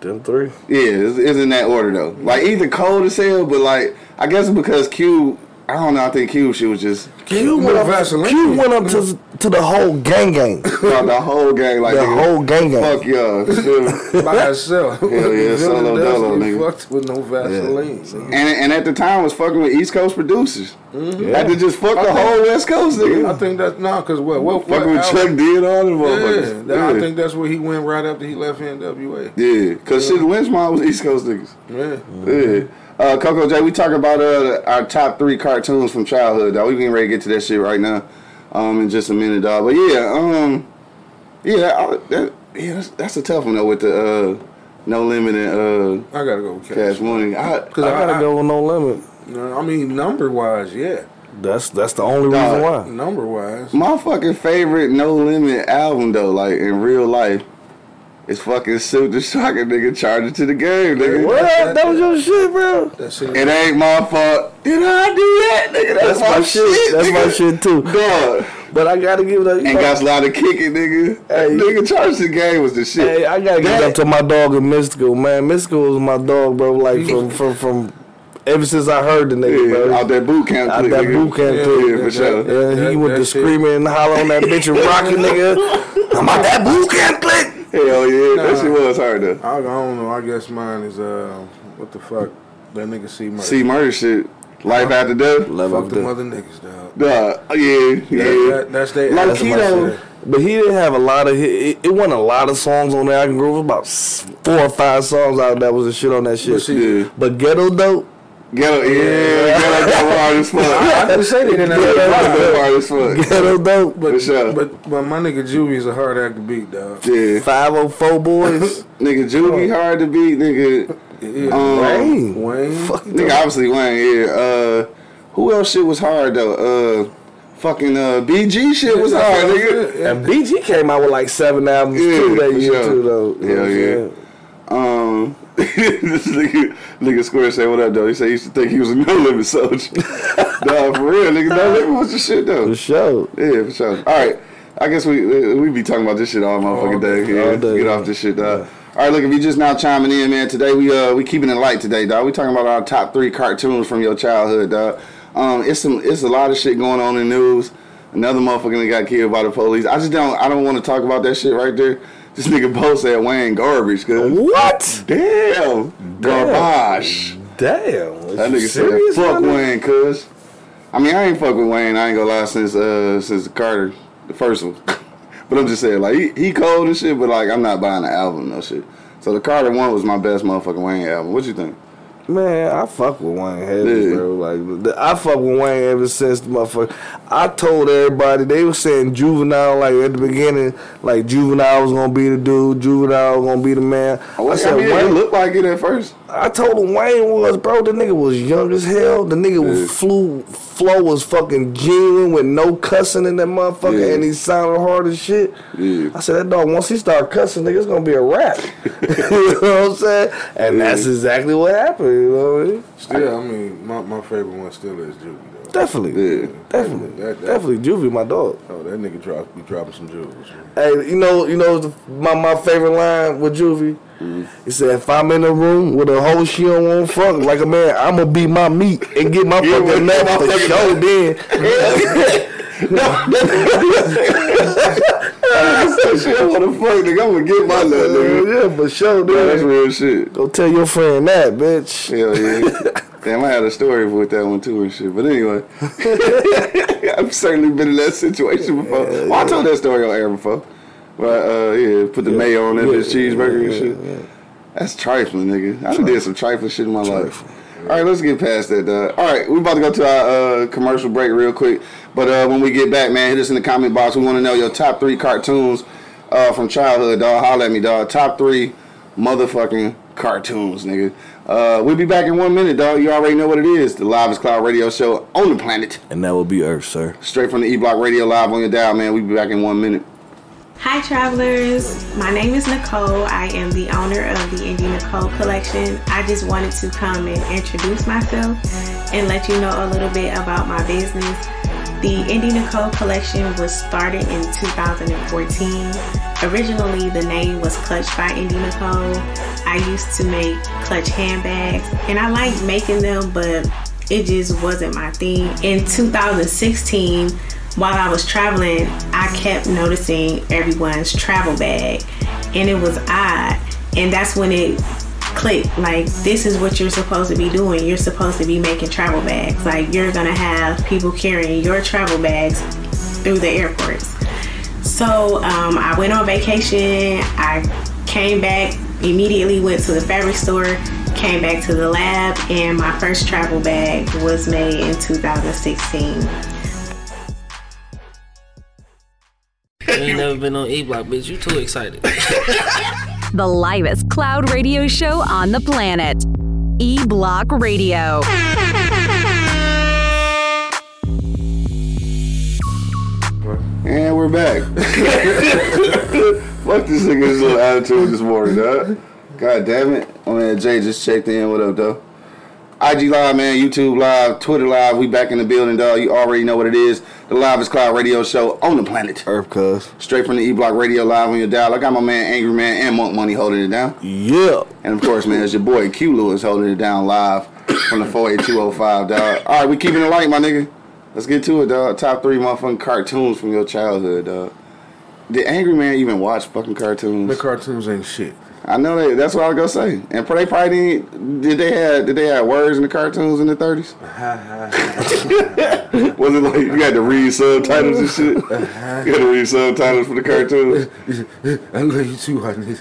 Speaker 5: Them three.
Speaker 3: Yeah, it's, it's in that order though. Like Ethan cold as hell, but like I guess because Cube, I don't know. I think Cube she was just
Speaker 5: Q
Speaker 4: With
Speaker 5: went up.
Speaker 4: Vaseline.
Speaker 5: Q went up to to the whole
Speaker 3: <laughs>
Speaker 5: gang gang.
Speaker 3: throughout the whole gang like
Speaker 5: The
Speaker 3: nigga,
Speaker 5: whole gang gang.
Speaker 3: Fuck y'all.
Speaker 4: <laughs>
Speaker 3: Feel me?
Speaker 4: by herself. <laughs> Hell
Speaker 3: yeah, solo dolo, nigga.
Speaker 4: Fucked with no Vaseline.
Speaker 3: and and at the time was fucking with East Coast producers. Had to just fuck
Speaker 4: Mm-hmm. I
Speaker 3: the
Speaker 4: think-
Speaker 3: whole West Coast
Speaker 4: I
Speaker 3: nigga.
Speaker 4: think that's nah, cause what? What? what
Speaker 3: Fucking with
Speaker 4: album-
Speaker 3: Chuck D and all them
Speaker 4: Yeah,
Speaker 3: motherfuckers.
Speaker 4: that- I think that's where he went right after he left NWA.
Speaker 3: Yeah, cause shit, Lynch Mob was East Coast niggas.
Speaker 4: Yeah.
Speaker 3: Yeah. Uh, Coco J, we talk about uh, our top three cartoons from childhood. Dog. We getting ready to get to that shit right now, um, in just a minute, dog. But yeah, um, yeah, I, that, yeah, that's, that's a tough one though with the uh, no limit and uh,
Speaker 4: I gotta go with Cash.
Speaker 3: cash money. I,
Speaker 4: Cause
Speaker 5: I
Speaker 4: I,
Speaker 5: gotta
Speaker 4: I-
Speaker 5: go with no limit.
Speaker 4: I mean, number wise, yeah.
Speaker 5: That's that's the only
Speaker 3: Nah.
Speaker 5: reason why.
Speaker 4: Number wise,
Speaker 3: my fucking favorite no limit album though, like in real life, is fucking Suit the Shocker, nigga. Charge it to the game, nigga.
Speaker 5: What? That was your shit, bro.
Speaker 4: that shit.
Speaker 3: It ain't my fault. Did I do that, nigga? That's, my, shit.
Speaker 5: That's my
Speaker 3: nigga.
Speaker 5: shit too.
Speaker 3: Dog.
Speaker 5: But I gotta give it up.
Speaker 3: and got a lot of kicking, nigga.
Speaker 5: Hey.
Speaker 3: nigga, Charleston game was the shit.
Speaker 5: Hey, I gotta give it up to my dog in Mystical, man. Mystical is my dog, bro. Like from from from ever since I heard the nigga,
Speaker 3: yeah,
Speaker 5: bro.
Speaker 3: out that boot camp,
Speaker 5: Out
Speaker 3: clip,
Speaker 5: that
Speaker 3: nigga.
Speaker 5: boot camp
Speaker 3: yeah,
Speaker 5: clip.
Speaker 3: yeah, for sure.
Speaker 5: Yeah, he
Speaker 4: That-
Speaker 5: went
Speaker 4: that
Speaker 5: to
Speaker 4: shit.
Speaker 5: screaming and hollering that bitch and
Speaker 3: <laughs>
Speaker 5: rocking, nigga. I'm out that boot camp click.
Speaker 3: Hell yeah, that
Speaker 4: Nah.
Speaker 3: shit was hard though.
Speaker 4: I, I don't know. I guess mine is uh, what the fuck? That nigga see my
Speaker 3: See murder shit, life after death.
Speaker 5: Love
Speaker 4: fuck
Speaker 5: of
Speaker 4: the
Speaker 5: death.
Speaker 4: mother niggas, dog.
Speaker 3: Duh, yeah, yeah.
Speaker 4: That, that's they.
Speaker 3: Like
Speaker 4: that's
Speaker 3: he
Speaker 4: my
Speaker 3: don't-
Speaker 4: shit.
Speaker 5: But he didn't have a lot of hit. It, it wasn't a lot of songs on that I can groove. It was about s- four or five songs out that was the shit on that shit.
Speaker 4: But see-
Speaker 3: Yeah.
Speaker 5: But ghetto dope, <laughs>
Speaker 3: Ghetto, yeah, ghetto got hard as
Speaker 4: I
Speaker 3: fuck.
Speaker 4: can say they didn't have
Speaker 3: Ghetto
Speaker 4: a lot,
Speaker 3: got hard as fuck.
Speaker 5: ghetto dope.
Speaker 4: but,
Speaker 3: For sure.
Speaker 4: but but my nigga Juvie is a hard act to beat, dog.
Speaker 3: Yeah,
Speaker 5: 504
Speaker 3: <laughs>
Speaker 5: boys.
Speaker 3: nigga, Juvie hard to beat, nigga.
Speaker 4: Yeah.
Speaker 3: Um,
Speaker 5: Dang.
Speaker 4: Wayne,
Speaker 5: Fuck
Speaker 3: Nigga, obviously Wayne. Yeah. Uh, who else shit was hard though? Uh, fucking uh, BG shit was
Speaker 4: Yeah,
Speaker 3: hard,
Speaker 4: yeah,
Speaker 3: nigga.
Speaker 4: yeah.
Speaker 5: And BG came out with like seven albums
Speaker 3: Yeah,
Speaker 5: too that
Speaker 3: for
Speaker 5: year
Speaker 3: sure.
Speaker 5: too though. You know
Speaker 3: Hell
Speaker 5: what I'm
Speaker 3: yeah.
Speaker 5: saying?
Speaker 3: Um, <laughs> this nigga, nigga Square said, "What up, though?" He said he used to think he was a no limit soldier. <laughs> nah, for real, nigga, no limit was the shit though.
Speaker 5: For sure.
Speaker 3: Yeah, for sure. All right, I guess we we be talking about this shit all motherfucking day. Yeah,
Speaker 5: all day,
Speaker 3: get
Speaker 5: yeah.
Speaker 3: off this shit, dog. All right, look, if you just now chiming in, man, today we uh we keeping it light today, dog. We talking about our top three cartoons from your childhood, dog. Um, it's some it's a lot of shit going on in the news. Another motherfucker that got killed by the police. I just don't I don't want to talk about that shit right there. This nigga Bo said Wayne garbage, cause
Speaker 5: What?
Speaker 3: Damn, garbage.
Speaker 5: Damn. is
Speaker 3: That
Speaker 5: you
Speaker 3: nigga
Speaker 5: serious,
Speaker 3: said, "Fuck
Speaker 5: my nigga?"
Speaker 3: Wayne, cuz." I mean, I ain't fuck with Wayne. I ain't gonna lie since uh since Carter, the first one. <laughs> but I'm just saying, like he, he cold and shit. But like, I'm not buying the album no shit. So the Carter one was my best motherfucking Wayne album. What you think?
Speaker 5: Man, I fuck with Wayne heavy,
Speaker 3: Yeah.
Speaker 5: bro. Like the- I fuck with Wayne ever since the motherfucker. I told everybody they was saying juvenile like at the beginning, like juvenile was gonna be the dude, juvenile was gonna be the man. I
Speaker 3: Like, Oh, I
Speaker 5: said
Speaker 3: mean, it
Speaker 5: Wayne.
Speaker 3: looked like it at first.
Speaker 5: I told him Wayne was, bro. The nigga was young as hell. The nigga
Speaker 3: Yeah.
Speaker 5: was flew, flow was fucking genuine with no cussing in that motherfucker,
Speaker 3: Yeah.
Speaker 5: and he sounded hard as shit.
Speaker 3: Yeah.
Speaker 5: I said that dog. Once he start cussing, nigga, it's gonna be a rap. <laughs> you know what I'm saying? And
Speaker 3: Yeah.
Speaker 5: that's exactly what happened. You know what I mean?
Speaker 4: Still, I mean, my, my favorite one still is Juvie, though.
Speaker 5: Definitely,
Speaker 3: Yeah. <laughs>
Speaker 5: definitely,
Speaker 4: That- that-
Speaker 5: definitely. Juvie, my dog.
Speaker 4: Oh, that nigga drop, be dropping some jewels. man.
Speaker 5: Hey, you know, you know, the- my my favorite line with Juvie. He said, "If I'm in a room with a hoe she don't want to fuck, like a man, I'ma be my meat and get my
Speaker 3: Yeah,
Speaker 5: fucking
Speaker 3: get
Speaker 5: nut
Speaker 3: my
Speaker 5: for
Speaker 3: fucking
Speaker 5: sure." Then, <laughs>
Speaker 3: That shit, what the fuck, nigga? I'm gonna get my love, nigga.
Speaker 5: yeah, yeah, for sure.
Speaker 3: Yeah, that's
Speaker 5: Then,
Speaker 3: real shit.
Speaker 5: go tell your friend that, bitch.
Speaker 3: Hell
Speaker 5: <laughs>
Speaker 3: yeah. Damn, I had a story with that one too and shit. But anyway, <laughs> I've certainly been in that situation before. Well, I told that story on air before. But uh, yeah, put the mayo on that
Speaker 5: yeah,
Speaker 3: bitch cheeseburger
Speaker 5: yeah,
Speaker 3: and shit. That's trifling, nigga. I done did some trifling shit in my life. All right, let's get past that. Dog. All right, we're about to go to our uh, commercial break real quick. But uh, when we get back, man, hit us in the comment box. We want to know your top three cartoons uh, from childhood, dog. Holla at me, dog. Top three motherfucking cartoons, nigga. Uh, we'll be back in one minute, dog. You already know what it is. The Live is Cloud radio show on the planet.
Speaker 5: And that will be Earth, sir.
Speaker 3: Straight from the E Block Radio Live on your dial, man. We'll be back in one minute.
Speaker 6: Hi, travelers. My name is Nicole. I am the owner of the Indie Nicole Collection. I just wanted to come and introduce myself and let you know a little bit about my business. The Indie Nicole Collection was started in 2014. Originally, the name was Clutch by Indie Nicole. I used to make clutch handbags and I liked making them, but it just wasn't my thing. In 2016, while I was traveling, I kept noticing everyone's travel bag, and it was odd. And that's when it clicked like, this is what you're supposed to be doing. You're supposed to be making travel bags. Like, you're gonna have people carrying your travel bags through the airports. So, um, I went on vacation, I came back, immediately went to the fabric store. Came back to the lab, and my first travel bag was made in 2016.
Speaker 1: You ain't never been on E Block, bitch. You too excited.
Speaker 2: The livest cloud radio show on the planet. E Block Radio.
Speaker 3: And we're
Speaker 5: <laughs>
Speaker 3: back. <laughs> Fuck this nigga's little attitude this morning, dog. God damn it. Oh man, Jay just checked in. What up, though? IG Live, man, YouTube Live, Twitter Live. We back in the building, dog. You already know what it is. The Live is Cloud Radio Show on the planet.
Speaker 5: Earth, cuz.
Speaker 3: Straight from the E Block Radio Live on your dial. I got my man Angry Man and Monk Money holding it down.
Speaker 5: Yeah.
Speaker 3: And of course, man, it's your boy Q Lewis holding it down live from the 48205, dog. All right, we keeping it light, my nigga. Let's get to it, dog. Top three motherfucking cartoons from your childhood, dog. Did Angry Man even watch fucking cartoons?
Speaker 4: The cartoons ain't shit.
Speaker 3: I know that. That's what I was gonna say. And they probably didn't. Did they had? Did they have words in the cartoons in the thirties? was it like you had to read subtitles and shit? You had to read subtitles for the cartoons.
Speaker 4: I love you too, honey.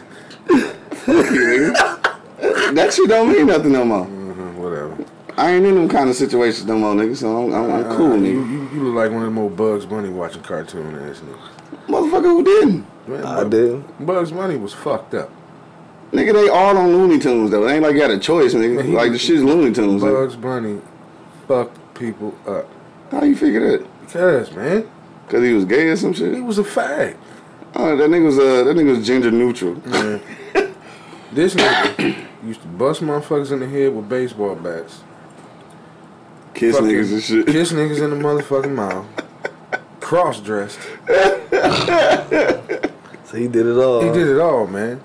Speaker 3: that shit don't mean nothing no more.
Speaker 4: Mm-hmm, whatever.
Speaker 3: I ain't in them kind of situations no more, nigga. So I'm, I'm, I'm cool,
Speaker 4: Uh, you,
Speaker 3: nigga.
Speaker 4: you, you look like one of them old Bugs Bunny watching cartoon ass niggas.
Speaker 3: Motherfucker, who didn't?
Speaker 4: Man,
Speaker 5: I
Speaker 4: Bu-
Speaker 5: did.
Speaker 4: Bugs Bunny was fucked up.
Speaker 3: Nigga, they all on Looney Tunes though. It ain't like you had a choice, nigga.
Speaker 4: he-
Speaker 3: Like the shit's Looney Tunes. Nigga.
Speaker 4: Bugs Bunny fucked people up.
Speaker 3: How you figure that?
Speaker 4: Because, man,
Speaker 3: Cause he was gay or some
Speaker 4: he
Speaker 3: shit.
Speaker 4: was a fag.
Speaker 3: Oh, that nigga was uh, that nigga was gender neutral.
Speaker 4: Man. this nigga <coughs> used to bust motherfuckers in the head with baseball bats.
Speaker 3: Kiss
Speaker 4: Fucking
Speaker 3: niggas and shit.
Speaker 4: Kiss niggas in the motherfucking mouth. Cross dressed.
Speaker 5: So he did it all.
Speaker 3: Uh.
Speaker 4: He did it all, man.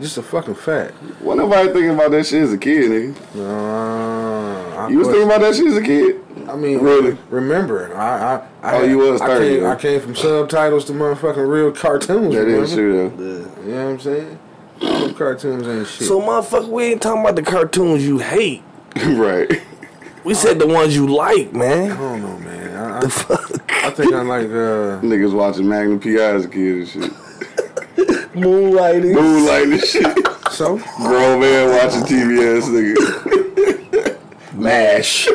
Speaker 4: Just a fucking fat.
Speaker 3: What nobody thinking about that shit as a kid, nigga?
Speaker 4: Uh, I
Speaker 3: You was thinking about that shit as a kid?
Speaker 4: I mean,
Speaker 3: Really?
Speaker 4: Remembering, I, I, I
Speaker 3: Oh, you was
Speaker 4: I
Speaker 3: 30,
Speaker 4: came,
Speaker 3: huh?
Speaker 4: I came from subtitles to motherfucking real cartoons.
Speaker 3: That
Speaker 4: remember?
Speaker 3: is true though.
Speaker 4: You know what I'm saying? Them cartoons ain't shit.
Speaker 5: So, motherfucker, we ain't talking about the cartoons you hate.
Speaker 3: <laughs> right.
Speaker 5: We said the ones you like,
Speaker 4: I
Speaker 5: man.
Speaker 4: don't know, man. I,
Speaker 5: The
Speaker 4: I,
Speaker 5: fuck?
Speaker 4: I think I like uh,
Speaker 3: Niggas watching Magnum PI as a kid and shit.
Speaker 5: Moonlighting.
Speaker 3: Moonlight and shit. <laughs>
Speaker 4: so.
Speaker 3: Grown man watching TV ass
Speaker 4: <laughs>
Speaker 3: nigga.
Speaker 5: Mash.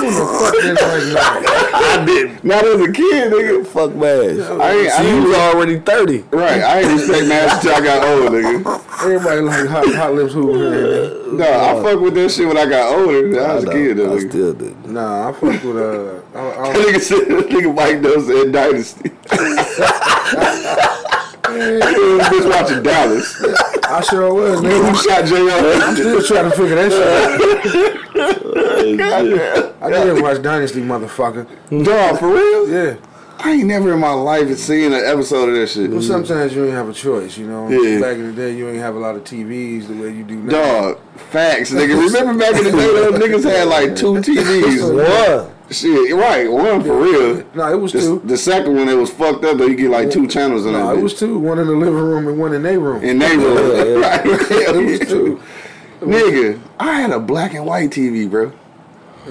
Speaker 4: Fuck this right now.
Speaker 5: I did.
Speaker 3: <laughs> Not as a kid, nigga.
Speaker 5: Fuck Mash.
Speaker 3: I ain't, I
Speaker 5: So you
Speaker 3: ain't
Speaker 5: was already 30.
Speaker 3: Right, I ain't respect Mash till I got older, nigga.
Speaker 4: Everybody like hot, hot lips Hoover.
Speaker 3: No, I fuck with that shit when I got older. I was a
Speaker 5: Nah,
Speaker 3: kid, though.
Speaker 5: I
Speaker 3: Nigga.
Speaker 5: still did.
Speaker 4: Nah, I fuck with uh, I, I,
Speaker 3: That <laughs> nigga said, that nigga Mike Dubs said Dynasty. <laughs> bitch watching Dallas.
Speaker 4: I sure was. Nigga.
Speaker 3: Who shot
Speaker 4: I'm
Speaker 3: J.R.?
Speaker 4: still trying to figure that
Speaker 3: <laughs>
Speaker 4: shit out. I didn't watch Dynasty, motherfucker.
Speaker 3: Dog, for real?
Speaker 4: Yeah.
Speaker 3: I ain't never in my life seen an episode of that shit.
Speaker 4: Well, sometimes you ain't have a choice, you know.
Speaker 3: Yeah.
Speaker 4: Back in the day, you ain't have a lot of TVs the way you do now.
Speaker 3: Dog, facts, nigga. Remember back in the day, those niggas had like two TVs.
Speaker 5: What?
Speaker 3: Shit, right, one for real.
Speaker 4: No, it was
Speaker 3: The,
Speaker 4: two.
Speaker 3: the second one, it was fucked up though. You get like two channels in
Speaker 4: No,
Speaker 3: that.
Speaker 4: it was
Speaker 3: bitch.
Speaker 4: two. One in the living room and one in their room.
Speaker 3: in neighborhood. <laughs> right,
Speaker 4: it was two.
Speaker 3: Nigga, I had a black and white TV, bro.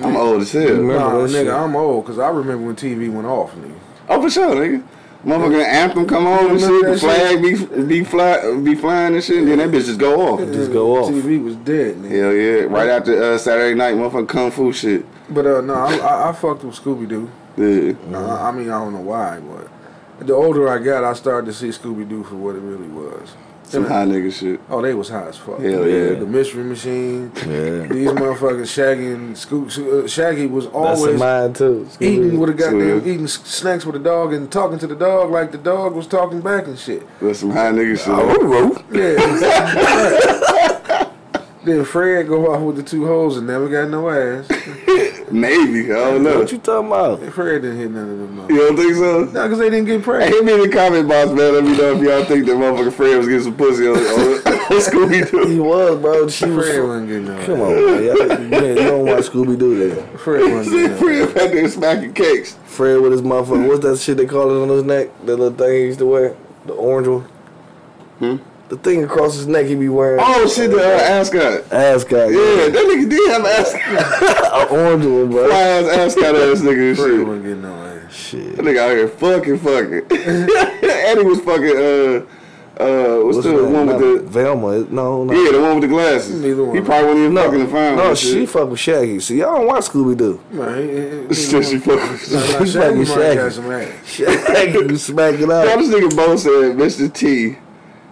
Speaker 3: I'm old as hell.
Speaker 5: Remember
Speaker 4: Nah,
Speaker 5: that
Speaker 4: nigga,
Speaker 5: shit.
Speaker 4: I'm old because I remember when TV went off, nigga.
Speaker 3: Oh, for sure, nigga. Motherfucking anthem come on and shit.
Speaker 4: Remember
Speaker 3: The
Speaker 4: that
Speaker 3: flag be be fly be flying and shit. And then that bitch just go off.
Speaker 5: Just go off.
Speaker 4: TV was dead, nigga.
Speaker 3: Hell yeah! Right after uh, Saturday night, motherfucking kung fu shit.
Speaker 4: But uh, no, I, I, I fucked with Scooby Doo.
Speaker 3: Yeah.
Speaker 4: I, I mean, I don't know why, but the older I got, I started to see Scooby Doo for what it really was.
Speaker 3: Some high nigga shit.
Speaker 4: Oh, they was high as fuck.
Speaker 3: Hell yeah.
Speaker 4: The Mystery Machine.
Speaker 7: Yeah.
Speaker 4: These motherfuckers, Shaggy and Scoop. uh, Shaggy was
Speaker 5: That's
Speaker 4: always
Speaker 5: mine too.
Speaker 4: eating with a goddamn
Speaker 3: Scooby-Doo.
Speaker 4: eating s- snacks with a dog and talking to the dog like the dog was talking back and shit.
Speaker 3: That's some high nigga shit.
Speaker 4: Yeah. Right. Then Fred go off with the two hoes and never got no ass.
Speaker 3: Maybe. I don't know.
Speaker 5: What you talking about?
Speaker 4: Fred didn't hit none of them. Mother-
Speaker 3: You don't think so?
Speaker 4: No, because they didn't get
Speaker 3: Hey,
Speaker 4: pregnant.
Speaker 3: hit me in the comment box, man. Let me know if y'all think that motherfucking Fred was getting some pussy on, on, on Scooby Doo.
Speaker 5: He was, bro. She
Speaker 4: Fred
Speaker 5: was.
Speaker 4: wasn't getting no
Speaker 5: Come
Speaker 4: ass.
Speaker 5: on, man. Y'all- you ain't- you don't watch Scooby Doo then.
Speaker 4: Fred wasn't
Speaker 3: See,
Speaker 4: getting no ass.
Speaker 3: Fred back there smacking cakes.
Speaker 5: Fred with his motherfucker. What's that shit they call it on his neck? That little thing he used to wear, the orange one. The thing across his neck he be wearing.
Speaker 3: Hmm? Oh shit, the uh, ascot.
Speaker 5: Ascot.
Speaker 3: Yeah, that nigga did have an
Speaker 5: <laughs>
Speaker 3: ascot.
Speaker 5: An orange one, bro.
Speaker 3: Fly ass ascot ass nigga and
Speaker 4: Fred
Speaker 3: shit.
Speaker 4: wasn't getting no ass.
Speaker 5: Shit.
Speaker 3: That nigga out here fucking fucking. <laughs> and he was fucking uh uh what's,
Speaker 5: What's
Speaker 3: the
Speaker 5: her name?
Speaker 3: one
Speaker 5: Not
Speaker 3: with the
Speaker 5: Velma? it- No, no.
Speaker 3: yeah the one with the glasses.
Speaker 4: Neither one.
Speaker 3: He probably wasn't even fucking the final.
Speaker 5: no,
Speaker 3: and
Speaker 5: she
Speaker 3: shit.
Speaker 5: fuck with Shaggy. See, y'all don't watch Scooby Doo.
Speaker 4: Man, he- he-
Speaker 3: <laughs>
Speaker 4: he-
Speaker 3: She she fucking.
Speaker 4: Like Shaggy
Speaker 5: fucking
Speaker 4: might
Speaker 5: Shaggy.
Speaker 4: got some ass.
Speaker 5: Shaggy be smacking
Speaker 3: Now
Speaker 5: out.
Speaker 3: this nigga Bo said Mr. T,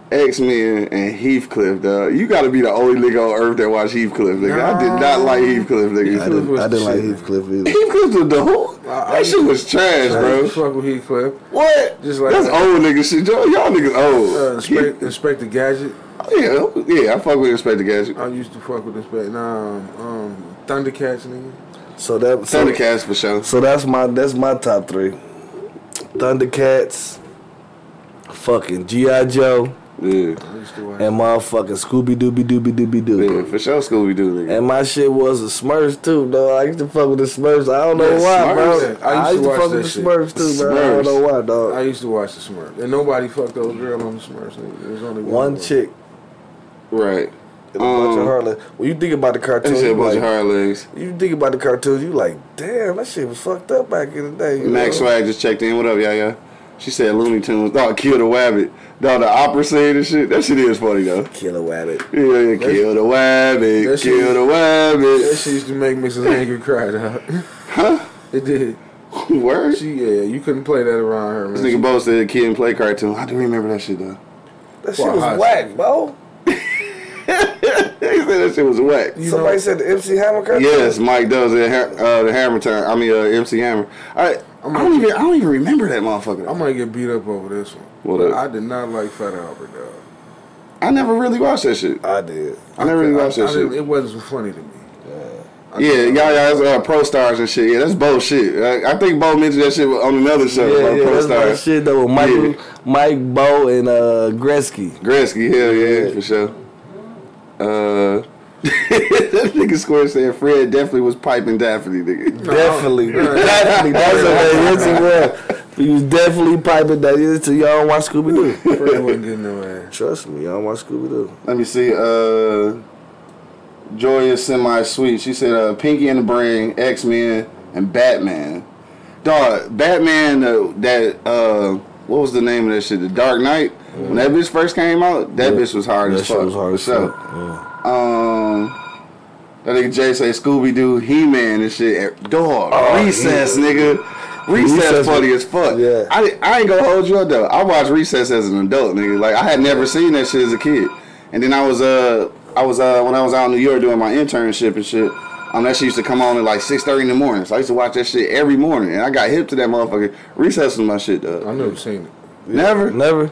Speaker 3: X Men, and Heathcliff. Dog, you got to be the only nigga on earth that watch Heathcliff. Nigga, I did not like Heathcliff. Nigga,
Speaker 5: I didn't, I didn't like
Speaker 4: Shit.
Speaker 5: Heathcliff either.
Speaker 3: Heathcliff the dog.
Speaker 4: I- I-
Speaker 3: That shit was trash,
Speaker 4: I used
Speaker 3: bro.
Speaker 4: to fuck with Heathcliff.
Speaker 3: What?
Speaker 4: Just like-
Speaker 3: That's old nigga shit. Y'all, y'all niggas
Speaker 4: Uh,
Speaker 3: old.
Speaker 4: Inspect, Inspector Gadget.
Speaker 3: yeah, yeah, I fuck with Inspector Gadget.
Speaker 4: I used to fuck with Inspector. Nah, um, um, Thundercats nigga.
Speaker 5: So that so,
Speaker 3: Thundercats for sure.
Speaker 5: so that's my that's my top three. Thundercats, fucking GI Joe,
Speaker 3: Yeah,
Speaker 4: I used to watch.
Speaker 5: and motherfucking Scooby Dooby Dooby Dooby
Speaker 3: yeah,
Speaker 5: Doo.
Speaker 3: for sure. Scooby Doo nigga.
Speaker 5: And my shit was the Smurfs too, though. I used to fuck with the Smurfs. I don't know
Speaker 3: Yeah,
Speaker 5: why,
Speaker 4: Smurfs.
Speaker 5: bro.
Speaker 4: I used to
Speaker 5: I used to,
Speaker 4: watch
Speaker 5: fuck
Speaker 4: that
Speaker 5: with the
Speaker 4: shit.
Speaker 5: Smurfs too, bro. I
Speaker 3: Smurfs.
Speaker 5: don't know why, dog.
Speaker 4: I used to watch the Smurfs, and nobody fucked those girl on the Smurfs. Nigga. There's only one,
Speaker 5: One chick
Speaker 3: Right.
Speaker 5: and a bunch of
Speaker 3: Um,
Speaker 5: harlots. When you think about the
Speaker 3: They
Speaker 5: cartoon,
Speaker 3: said a
Speaker 5: you
Speaker 3: bunch of
Speaker 5: like,
Speaker 3: hard legs.
Speaker 5: you think about the cartoons, you like, damn, that shit was fucked up back in the day. you
Speaker 3: Max
Speaker 5: know?
Speaker 3: Swag just checked in. What up, Yaya? She said Looney Tunes. Dog, kill the wabbit. Dog, the opera scene and shit. That shit is funny though.
Speaker 5: Killer Wabbit.
Speaker 3: Yeah, yeah, kill the
Speaker 4: that
Speaker 3: wabbit.
Speaker 4: shit-
Speaker 3: Kill the
Speaker 4: That
Speaker 3: wabbit.
Speaker 4: shit used to make Mrs. Angry cry, dog.
Speaker 3: Huh?
Speaker 4: It did.
Speaker 3: <laughs> Word?
Speaker 4: She, yeah, you couldn't play that around her,
Speaker 3: This
Speaker 4: man.
Speaker 3: nigga Bo said kid and play cartoon. I do remember that shit though.
Speaker 5: That shit
Speaker 4: Well,
Speaker 5: was
Speaker 4: hot
Speaker 5: whack, bro.
Speaker 3: He said that shit was whack.
Speaker 4: You
Speaker 5: Somebody
Speaker 4: know-
Speaker 5: said the MC Hammer cartoon.
Speaker 3: Yes, Mike does it. Ha- Uh, the Hammer Time. I mean, uh, MC Hammer. I, I don't even. I don't even remember that motherfucker.
Speaker 4: I might get beat up over this one.
Speaker 3: What
Speaker 4: But
Speaker 3: up?
Speaker 4: I did not like Fat Albert, dog.
Speaker 3: I never really watched that shit.
Speaker 5: I did.
Speaker 3: I never really
Speaker 4: I-
Speaker 3: watched that
Speaker 4: I
Speaker 3: shit.
Speaker 4: didn't- It wasn't funny to me.
Speaker 3: Yeah, y'all, y'all, uh, pro stars and shit. Yeah, that's Bo shit. I, I think Bo mentioned that shit on another show
Speaker 5: Yeah,
Speaker 3: about
Speaker 5: yeah,
Speaker 3: pro
Speaker 5: that's my
Speaker 3: stars.
Speaker 5: shit though with Michael,
Speaker 3: Yeah.
Speaker 5: Mike, Bo, and uh, Gretzky.
Speaker 3: Gretzky, hell yeah, for sure. Uh, <laughs> that nigga Square said Fred definitely was piping Daphne, nigga.
Speaker 5: Definitely, <laughs> definitely. That's a man. Yes, he was. He was definitely piping that is to y'all don't watch Scooby Doo.
Speaker 4: Fred wasn't getting no ass.
Speaker 5: Trust me, y'all don't watch Scooby Doo.
Speaker 3: Let me see. Uh, Joy is semi sweet. She said uh, Pinky and the Brain, X Men, and Batman. Dog, Batman. Uh, that uh, what was the name of that shit? The Dark Knight. When that bitch first came out, that bitch was hard
Speaker 5: That
Speaker 3: as
Speaker 5: shit
Speaker 3: fuck.
Speaker 5: was hard as
Speaker 3: So,
Speaker 5: fuck. Yeah.
Speaker 3: Um, that nigga Jay say Scooby Doo, He Man, and shit. Dog, recess, nigga. Recess,
Speaker 5: Oh, Recess
Speaker 3: funny
Speaker 5: was-
Speaker 3: as fuck.
Speaker 5: yeah.
Speaker 3: I, di- I ain't gonna hold you up though. I watched Recess as an adult, nigga. Like I had never seen that shit as a kid. And then I was uh I was uh when I was out in New York doing my internship and shit. Um, that shit used to come on at like six thirty in the morning. So I used to watch that shit every morning, and I got hip to that motherfucker. Recess was my shit though.
Speaker 4: I never seen it.
Speaker 3: Never,
Speaker 5: Never.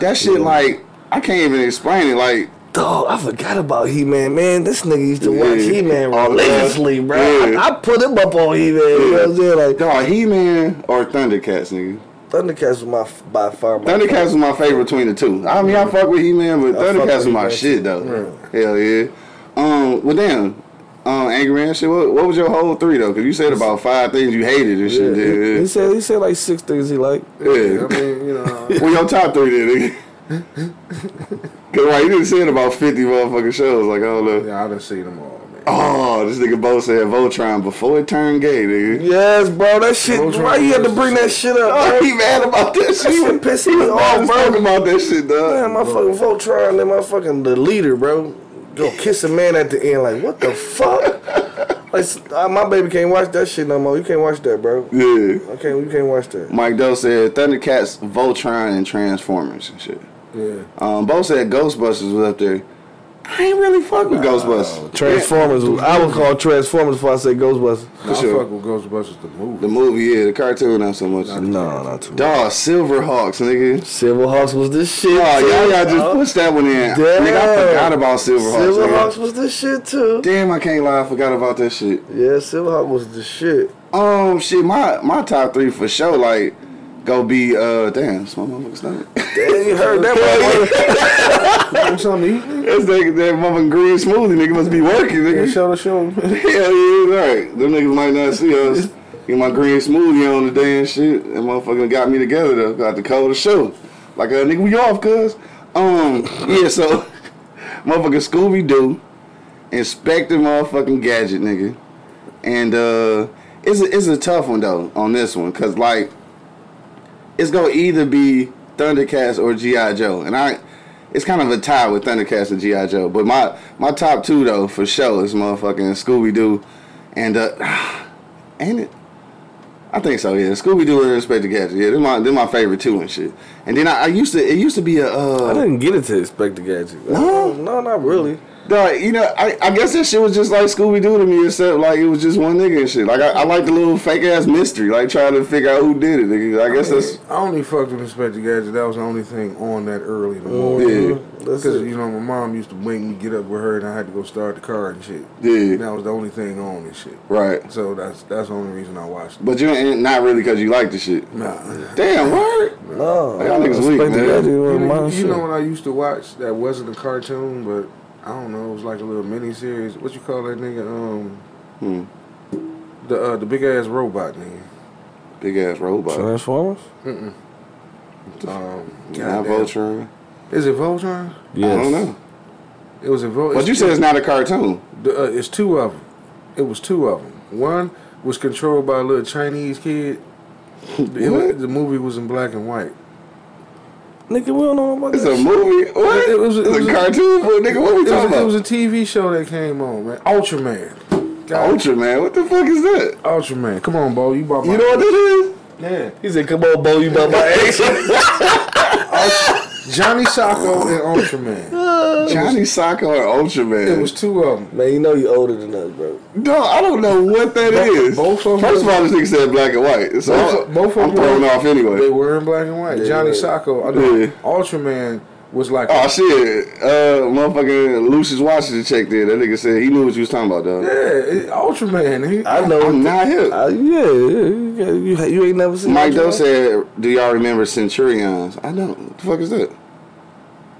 Speaker 3: that shit like I can't even explain it. Like
Speaker 5: Dog, I forgot about He Man. Man, this nigga used to watch
Speaker 3: Yeah.
Speaker 5: He Man
Speaker 3: All the time.
Speaker 5: religiously, bro. I-
Speaker 3: Yeah.
Speaker 5: I, put him up on He Man. You know what I'm saying? Like,
Speaker 3: dog, He Man or Thundercats, nigga.
Speaker 5: Thundercats was my f- by far my
Speaker 3: Thundercats was my favorite between the two. I mean, I fuck with He Man, but
Speaker 5: I fuck
Speaker 3: Thundercats
Speaker 5: with
Speaker 3: was my
Speaker 5: He-Man
Speaker 3: shit
Speaker 5: too.
Speaker 3: though. Hell yeah. Um, well damn. Um, Angry Man shit. What, what was your whole three though? Cause you said about five things you hated and shit.
Speaker 5: Yeah, he, he
Speaker 3: Yeah.
Speaker 5: said he said like six things he liked.
Speaker 3: yeah.
Speaker 4: I mean, you know,
Speaker 3: Well, your top three then, nigga. <laughs> Cause right, you didn't say it about fifty motherfucking shows. Like I don't <laughs> know.
Speaker 4: yeah, I done seen them all, man.
Speaker 3: Oh, this nigga Bo said Voltron before it turned gay, nigga. <laughs>
Speaker 5: Yes, bro. That shit.
Speaker 4: Voltron
Speaker 5: Why you had to bring that shit up?
Speaker 3: Oh,
Speaker 5: Bro?
Speaker 3: he mad about that shit.
Speaker 5: shit pissing <laughs> me
Speaker 3: He was
Speaker 5: off, Oh, bro.
Speaker 3: Talking Oh, about that shit,
Speaker 5: Man,
Speaker 3: dog.
Speaker 5: my fucking <laughs> Voltron and my fucking the leader, bro. Go kiss a man at the end. Like what the fuck? Like, s- uh, my baby can't watch that shit no more. You can't watch that, bro.
Speaker 3: Yeah.
Speaker 5: Okay, you can't watch that.
Speaker 3: Mike Doe said Thundercats, Voltron, and Transformers and shit.
Speaker 4: Yeah.
Speaker 3: Um, Bo said Ghostbusters was up there. I ain't really fuck with Ghostbusters.
Speaker 5: Transformers. was- I would call Transformers before I say Ghostbusters.
Speaker 4: Nah, I
Speaker 3: sure.
Speaker 4: fuck with Ghostbusters the movie.
Speaker 3: The movie, yeah, the cartoon, not so much.
Speaker 5: No, not too. much.
Speaker 3: Dawg, Silverhawks, nigga.
Speaker 5: Silverhawks was this shit.
Speaker 3: Oh,
Speaker 5: too,
Speaker 3: y'all, y'all just
Speaker 5: dog.
Speaker 3: pushed that one in. Nigga, I
Speaker 5: Damn.
Speaker 3: forgot about Silverhawks.
Speaker 5: Silverhawks
Speaker 3: Silverhawks.
Speaker 5: was this shit too.
Speaker 3: Damn, I can't lie, I forgot about that shit.
Speaker 5: Yeah, Silverhawks was the shit.
Speaker 3: Um, shit, my my top three for sure, like, go be uh, damn, it's my motherfucking <laughs> stomach.
Speaker 5: Damn, you heard that one?
Speaker 4: Want something to eat?
Speaker 3: That's nigga, that motherfucking green smoothie, nigga, must be working,
Speaker 4: Yeah,
Speaker 3: nigga.
Speaker 4: show the show.
Speaker 3: Hell yeah, right. Them niggas might not see us. Get my green smoothie on today and shit. That motherfucker got me together though. Got the cover the show. Like uh, nigga, we off, cuz. Um, <laughs> yeah, so motherfucking Scooby Doo, Inspector motherfucking Gadget, nigga. And uh, it's a, it's a tough one though on this one, cause like it's gonna either be Thundercats or GI Joe, and I it's kind of a tie with Thundercats and GI Joe. But my my top two though for sure is motherfucking Scooby Doo, and uh, <sighs> ain't it? I think so. Yeah, Scooby Doo and Inspector Gadget. Yeah, they're my they're my favorite two and shit. And then I, I used to it used to be a
Speaker 5: I
Speaker 3: uh,
Speaker 5: didn't get it to Inspector Gadget.
Speaker 3: No?
Speaker 5: no, not really.
Speaker 3: dog, you know I, I guess that shit was just like Scooby Doo to me except like it was just one nigga and shit. Like I, I like the little fake ass mystery, like trying to figure out who did it. Nigga. I guess that's
Speaker 4: I only fucked with Inspector Gadget. That was the only thing on that early in the morning.
Speaker 3: yeah.
Speaker 5: That's
Speaker 4: Because,
Speaker 5: it.
Speaker 4: you know, my mom used to make me get up with her and I had to go start the car and shit.
Speaker 3: Yeah.
Speaker 4: And that was the only thing on and shit.
Speaker 3: Right.
Speaker 4: So that's that's the only reason I watched it.
Speaker 3: But you ain't not really because you like the shit.
Speaker 4: Nah.
Speaker 3: Damn, word.
Speaker 5: No,
Speaker 3: Y'all niggas weak,
Speaker 5: Inspector
Speaker 3: man.
Speaker 5: Gadget was
Speaker 4: You know,
Speaker 5: my
Speaker 4: you
Speaker 5: shit.
Speaker 4: know what I used to watch that wasn't a cartoon, but I don't know, it was like a little mini series. What you call that nigga? Um,
Speaker 3: Hmm.
Speaker 4: the uh, the big ass robot nigga.
Speaker 3: Big ass robot.
Speaker 5: Transformers.
Speaker 4: Um,
Speaker 3: Not
Speaker 4: goddamn.
Speaker 3: Voltron.
Speaker 4: Is it Voltron?
Speaker 3: I don't know.
Speaker 4: It was a Voltron.
Speaker 3: But you said it's not a cartoon.
Speaker 4: The, uh, it's two of them. It was two of them. One was controlled by a little Chinese kid. It was-
Speaker 3: What?
Speaker 4: the movie was in black and white.
Speaker 5: Nigga, we don't know about
Speaker 3: It's
Speaker 5: that.
Speaker 3: a movie. What?
Speaker 4: It was- it
Speaker 3: it's
Speaker 4: was
Speaker 3: a
Speaker 4: a-
Speaker 3: cartoon. What, nigga, what we
Speaker 4: It was,
Speaker 3: talking
Speaker 4: it was a
Speaker 3: about?
Speaker 4: TV show that came on, man. Ultraman. God,
Speaker 3: Ultraman. What the fuck is that?
Speaker 4: Ultraman. Come on, Bo. You bought my.
Speaker 3: You know what that
Speaker 4: yeah.
Speaker 5: He said, "Come on, Bo, you
Speaker 3: <laughs>
Speaker 5: about my ass."
Speaker 4: Johnny Sacco and Ultraman.
Speaker 3: is? Johnny Sacco and
Speaker 4: It
Speaker 3: Ultraman.
Speaker 4: was two of them.
Speaker 5: Man, you know you older than us, bro.
Speaker 3: no, I don't know what that
Speaker 4: Bo-
Speaker 3: is.
Speaker 4: both of
Speaker 3: First of
Speaker 4: them-
Speaker 3: all, this nigga said black and white. So
Speaker 4: Both
Speaker 3: I'm,
Speaker 4: of- both of
Speaker 3: I'm
Speaker 4: them
Speaker 3: thrown
Speaker 4: were-
Speaker 3: off
Speaker 4: They
Speaker 3: anyway.
Speaker 4: were in black and white. Johnny
Speaker 5: yeah.
Speaker 4: Sacco. I know
Speaker 3: Yeah.
Speaker 4: Ultraman was like.
Speaker 3: Oh shit. Uh, motherfucking Lucius Washington checked in. That nigga said he knew what you was talking about, dog.
Speaker 4: yeah, it- Ultraman. He,
Speaker 5: I know.
Speaker 3: I'm not hip.
Speaker 5: I, Uh, yeah, yeah, yeah, you, you ain't never seen.
Speaker 3: Mike
Speaker 5: that,
Speaker 3: Doe
Speaker 5: bro?
Speaker 3: said, "Do y'all remember Centurions?" I know. What the fuck is that?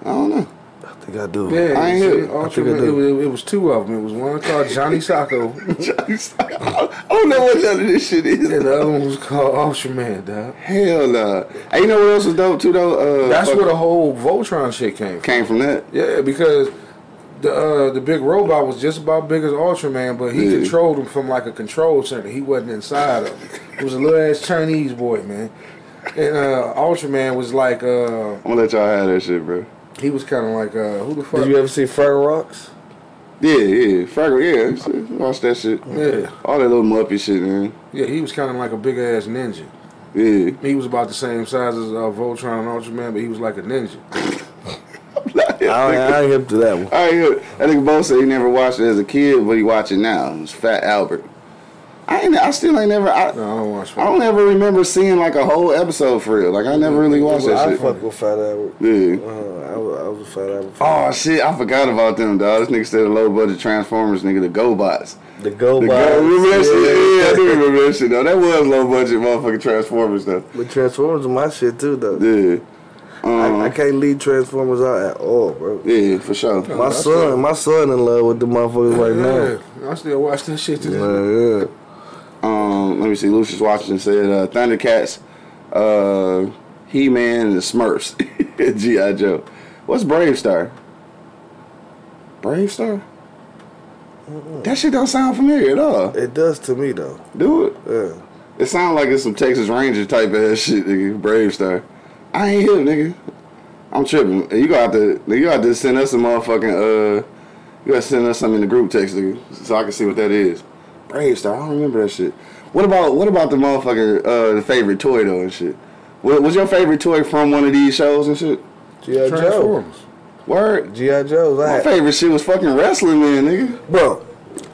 Speaker 3: I don't know. <laughs>
Speaker 5: I think I do.
Speaker 4: yeah,
Speaker 3: I ain't
Speaker 4: see,
Speaker 3: hear it.
Speaker 5: I think I
Speaker 4: Ultraman.
Speaker 5: do.
Speaker 4: It was, it was two of them. It was one called Johnny Sacco. <laughs>
Speaker 3: I don't know what none of this shit is.
Speaker 4: And the other one was called Ultraman, dog.
Speaker 3: Hell nah. Hey, you know what else was dope too though? Uh,
Speaker 4: That's
Speaker 3: fuck-
Speaker 4: where the whole Voltron shit came from.
Speaker 3: came from that.
Speaker 4: Yeah, because the uh, the big robot was just about big as Ultraman, but he
Speaker 3: Yeah.
Speaker 4: controlled him from like a control center. He wasn't inside of him. It was a little ass Chinese boy, man. And uh, Ultraman was like uh,
Speaker 3: I'm gonna let y'all have that shit, bro.
Speaker 4: he was kind of like uh, who the fuck?
Speaker 5: Did you ever see Fraggle Rocks?
Speaker 3: Yeah, yeah. Fraggle, yeah. shit. Watch that shit.
Speaker 4: yeah,
Speaker 3: All that little Muppet shit, man.
Speaker 4: yeah, he was kind of like a big ass ninja.
Speaker 3: Yeah. <laughs>
Speaker 4: He was about the same size as uh, Voltron and Ultraman, but he was like a ninja.
Speaker 5: I, ain't- I ain't hip to that one.
Speaker 3: I hear that nigga Bo said he never watched it as a kid, but he watch it now. It's Fat Albert. I ain't. I still ain't never. I,
Speaker 4: No, I don't watch.
Speaker 3: I don't ever remember seeing like a whole episode for real. Like I never really watched
Speaker 5: I
Speaker 3: that shit.
Speaker 5: fuck with Fat Albert. Uh,
Speaker 3: Yeah.
Speaker 5: I, was- I was a Fat Albert. fan.
Speaker 3: Oh shit, I forgot about them, dog. This nigga said the low budget Transformers, nigga, the GoBots.
Speaker 5: The Go
Speaker 3: Oh, The
Speaker 5: Bots.
Speaker 3: Go, remember that shit? Yeah, I
Speaker 5: yeah.
Speaker 3: do remember that shit, though. That was low budget motherfucking Transformers, though.
Speaker 5: But Transformers was my shit too, though.
Speaker 3: Yeah.
Speaker 5: I, I
Speaker 3: Um,
Speaker 5: can't leave Transformers out at all, bro.
Speaker 3: yeah, for ssure.
Speaker 5: My son, my son in love with the motherfuckers right now.
Speaker 4: Yeah, I still watch that shit to this
Speaker 5: Man, yeah.
Speaker 3: Um, let me see. Lucius Washington said uh, Thundercats, uh, He Man, and the Smurfs. <laughs> G.I. Joe. What's Brave Star? Brave Star? That shit don't sound familiar at all.
Speaker 5: It does to me though.
Speaker 3: Do it.
Speaker 5: Yeah.
Speaker 3: It sounds like it's some Texas Ranger type ass shit, nigga. Brave Star. I ain't hip, nigga. I'm tripping. You gonna have to, nigga, you gonna have to send us some motherfucking, uh, you gotta send us something in the group text, nigga, so I can see what that is. Brave Star. I don't remember that shit. What about what about the motherfucker uh, the favorite toy though and shit? What was your favorite toy from one of these shows and shit?
Speaker 5: G.I. Joe.
Speaker 4: Transformers.
Speaker 3: Word.
Speaker 5: G.I. Joe's. I
Speaker 3: My
Speaker 5: had,
Speaker 3: favorite shit was fucking wrestling, man, nigga.
Speaker 5: bro,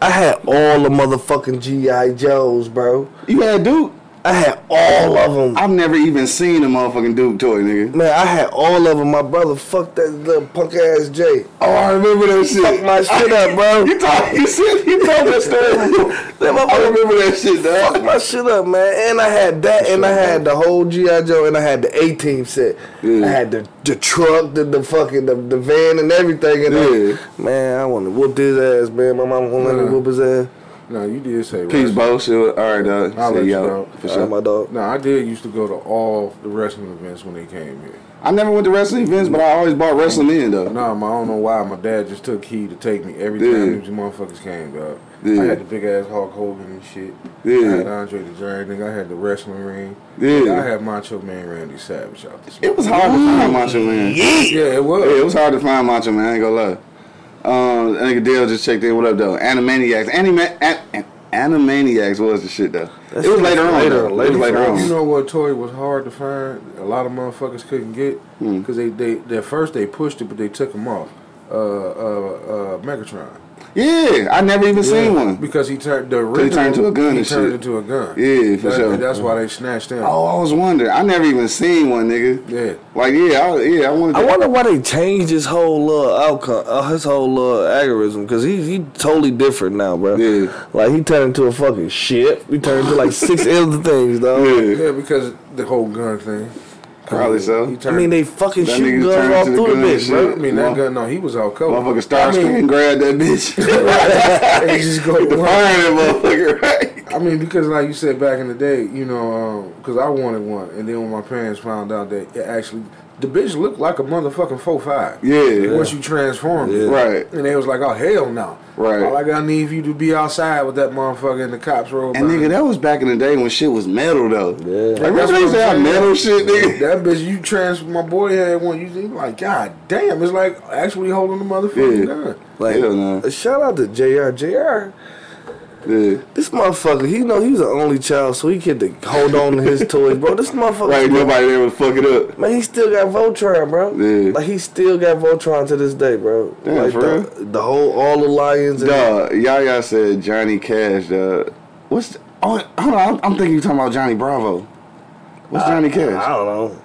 Speaker 5: I had all the motherfucking G.I. Joe's, bro.
Speaker 3: You had Duke.
Speaker 5: I had all of them.
Speaker 3: I've never even seen a motherfucking Duke toy, nigga.
Speaker 5: Man, I had all of them. My brother fucked that little punk ass Jay.
Speaker 3: Oh, I remember that shit.
Speaker 5: Fuck my shit
Speaker 3: <laughs>
Speaker 5: up, bro.
Speaker 3: You told you said you told that story before.
Speaker 5: That
Speaker 3: I
Speaker 5: motherfucker
Speaker 3: remember that shit, dog.
Speaker 5: fucked my shit up, man. And I had that, and I had the whole GI Joe, and I had the A team set.
Speaker 3: Yeah.
Speaker 5: I had the the truck, the, the fucking the, the van, and everything. And
Speaker 3: Yeah.
Speaker 5: I, man, I want to whoop his ass, man. My mama want to let me
Speaker 4: Yeah.
Speaker 5: whoop his ass.
Speaker 4: No, you did say
Speaker 3: Peace,
Speaker 4: wrestling.
Speaker 3: Bo. Shit. All right, Uh, dog.
Speaker 4: I'll
Speaker 3: See
Speaker 4: let you
Speaker 3: y'all.
Speaker 4: know.
Speaker 3: For
Speaker 5: All right,
Speaker 3: sure.
Speaker 5: my dog.
Speaker 4: No, I did used to go to all the wrestling events when they came here.
Speaker 3: I never went to wrestling events, but I always bought wrestling in though.
Speaker 4: No, my, I don't know why my dad just took heed to take me every
Speaker 3: Yeah.
Speaker 4: time these motherfuckers came, dog.
Speaker 3: Yeah.
Speaker 4: I had the big ass Hulk Hogan and shit.
Speaker 3: Yeah.
Speaker 4: I had Andre the Giant. nigga. I had the wrestling ring.
Speaker 3: Yeah.
Speaker 4: I had Macho Man Randy Savage out this.
Speaker 3: It was hard to find Macho Man. Yeah.
Speaker 4: Yeah, it was.
Speaker 3: it was hard to find Macho Man. I ain't gonna lie. Um, I think Dale just checked in. What up, though? Animaniacs. Anima- an- Animaniacs was the shit, though. it was later on.
Speaker 5: later,
Speaker 3: Later, later,
Speaker 5: later
Speaker 3: later on.
Speaker 4: You know what toy was hard to find? A lot of motherfuckers couldn't get
Speaker 3: Hmm.
Speaker 4: because they, they at first they pushed it, but they took them off. Uh, uh, uh, Megatron.
Speaker 3: yeah, I never even seen one.
Speaker 4: Because he turned the
Speaker 3: he
Speaker 4: original.
Speaker 3: turned to a gun
Speaker 4: He
Speaker 3: and
Speaker 4: turned
Speaker 3: shit.
Speaker 4: into a gun.
Speaker 3: Yeah, for
Speaker 4: That-
Speaker 3: sure.
Speaker 4: That's why they snatched him.
Speaker 3: Oh, I was wondering. I never even seen one, nigga.
Speaker 4: Yeah.
Speaker 3: Like, yeah, I, yeah, I wanted. To,
Speaker 5: I wonder why they changed his whole little outcome, uh, his whole little agorism, because he he totally different now, bro.
Speaker 3: Yeah.
Speaker 5: Like he turned into a fucking ship. He turned into
Speaker 3: <laughs>
Speaker 5: like six other things, though.
Speaker 3: <laughs> Yeah,
Speaker 4: Yeah, because the whole gun thing.
Speaker 3: probably so.
Speaker 4: He
Speaker 5: I
Speaker 4: turned,
Speaker 5: mean, they fucking
Speaker 3: That
Speaker 5: shoot
Speaker 3: nigga
Speaker 5: guns
Speaker 3: turned
Speaker 5: all
Speaker 3: to the
Speaker 5: through the
Speaker 3: gun and
Speaker 5: bitch,
Speaker 3: shit.
Speaker 5: bro.
Speaker 4: I mean that gun. No, he was all cold.
Speaker 3: Motherfucker, Starscream
Speaker 4: I mean,
Speaker 3: grabbed that
Speaker 5: <laughs>
Speaker 3: bitch.
Speaker 4: and
Speaker 3: <laughs>
Speaker 4: just go
Speaker 3: the fire that motherfucker, <laughs> right?
Speaker 4: I mean, because like you said back in the day, you know, because I wanted one, and then when my parents found out that it actually the bitch looked like a motherfucking four five.
Speaker 3: Yeah.
Speaker 4: Once you transformed it,
Speaker 3: Right.
Speaker 4: And they was like, "Oh hell no!"
Speaker 3: Right.
Speaker 4: All I gotta need for you to be outside with that motherfucker and the cops roll.
Speaker 3: And
Speaker 4: by.
Speaker 3: nigga, that was back in the day when shit was metal though.
Speaker 5: Yeah.
Speaker 3: Like,
Speaker 4: That's
Speaker 3: remember they used to
Speaker 4: what
Speaker 3: have
Speaker 4: I'm saying.
Speaker 3: metal shit, nigga.
Speaker 4: That bitch, you trans. My boy had one. You think like, God damn, it's like actually holding the motherfucking
Speaker 3: Yeah.
Speaker 4: gun.
Speaker 5: Like,
Speaker 3: Hell no.
Speaker 5: uh, shout out to Jr. Jr.
Speaker 3: Yeah.
Speaker 5: This motherfucker, he know he was the only child, so he get to hold on to his toys, bro. This motherfucker,
Speaker 3: Right, nobody there would fuck it up.
Speaker 5: man, he still got Voltron, bro.
Speaker 3: Yeah.
Speaker 5: Like he still got Voltron to this day, bro.
Speaker 3: Damn,
Speaker 5: like
Speaker 3: for
Speaker 5: the, the whole all the lions. And
Speaker 3: Duh, Yaya said Johnny Cash, duh. What's the, oh hold on, I'm, I'm thinking you're talking about Johnny Bravo. What's Johnny
Speaker 5: I
Speaker 3: Cash?
Speaker 5: don't know.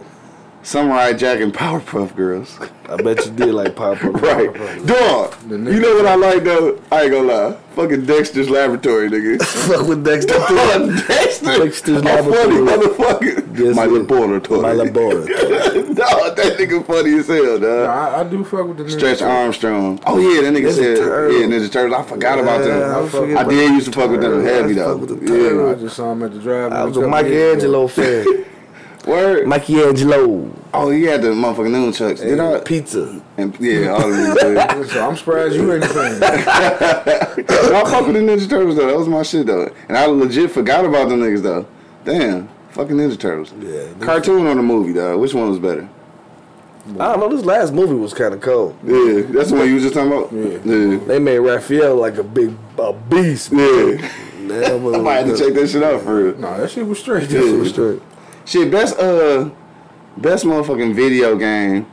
Speaker 3: Samurai Jack and Powerpuff Girls.
Speaker 5: I bet you did like pop up.
Speaker 3: <laughs> right. Dog.
Speaker 4: The
Speaker 3: You know what I like though? I ain't gonna lie. Fucking Dexter's Laboratory, nigga.
Speaker 5: Fuck with Dexter.
Speaker 3: Oh, Dexter.
Speaker 5: <laughs> Dexter's
Speaker 3: I'm funny
Speaker 5: Laboratory.
Speaker 3: motherfucker.
Speaker 5: Yes,
Speaker 3: My
Speaker 5: it is.
Speaker 3: laboratory.
Speaker 5: My
Speaker 3: <laughs>
Speaker 5: laboratory.
Speaker 3: Dog, that nigga funny as hell, dog.
Speaker 4: Nah, I, I do fuck with the Ninja
Speaker 3: Stretch
Speaker 4: Turtles.
Speaker 3: Armstrong. Oh yeah, that nigga
Speaker 5: Ninja
Speaker 3: said
Speaker 5: Turtle.
Speaker 3: yeah Ninja Turtles. I forgot about
Speaker 5: Yeah,
Speaker 4: I
Speaker 3: them.
Speaker 5: forget
Speaker 3: I
Speaker 5: about
Speaker 3: did
Speaker 5: the
Speaker 3: used to fuck with them
Speaker 5: turtles.
Speaker 3: heavy
Speaker 5: I
Speaker 3: though.
Speaker 5: fuck with the
Speaker 3: Yeah.
Speaker 4: I just saw him at the drive.
Speaker 5: I was a Michelangelo fan.
Speaker 3: <laughs> Word.
Speaker 5: Michelangelo.
Speaker 3: oh, he had the motherfucking nunchucks. Did I?
Speaker 5: Pizza.
Speaker 3: And, yeah, all of these.
Speaker 5: <laughs>
Speaker 3: dudes.
Speaker 4: So I'm surprised you ain't a fan.
Speaker 3: I fuck with the Ninja Turtles though. That was my shit though. And I legit forgot about them niggas though. Damn, fucking Ninja Turtles.
Speaker 5: Yeah, they-
Speaker 3: Cartoon or the movie though? Which one was better?
Speaker 5: I don't know. This last movie was kind of cold.
Speaker 3: Yeah, that's the one you was just talking about.
Speaker 4: Yeah.
Speaker 3: Yeah.
Speaker 5: They made Raphael like a big a
Speaker 3: <laughs>
Speaker 5: beast.
Speaker 3: Yeah.
Speaker 5: That was-
Speaker 3: I might have to check that shit out for real.
Speaker 4: <laughs> nah, that shit was straight.
Speaker 5: That shit was straight.
Speaker 3: Shit, best uh, best motherfucking video game,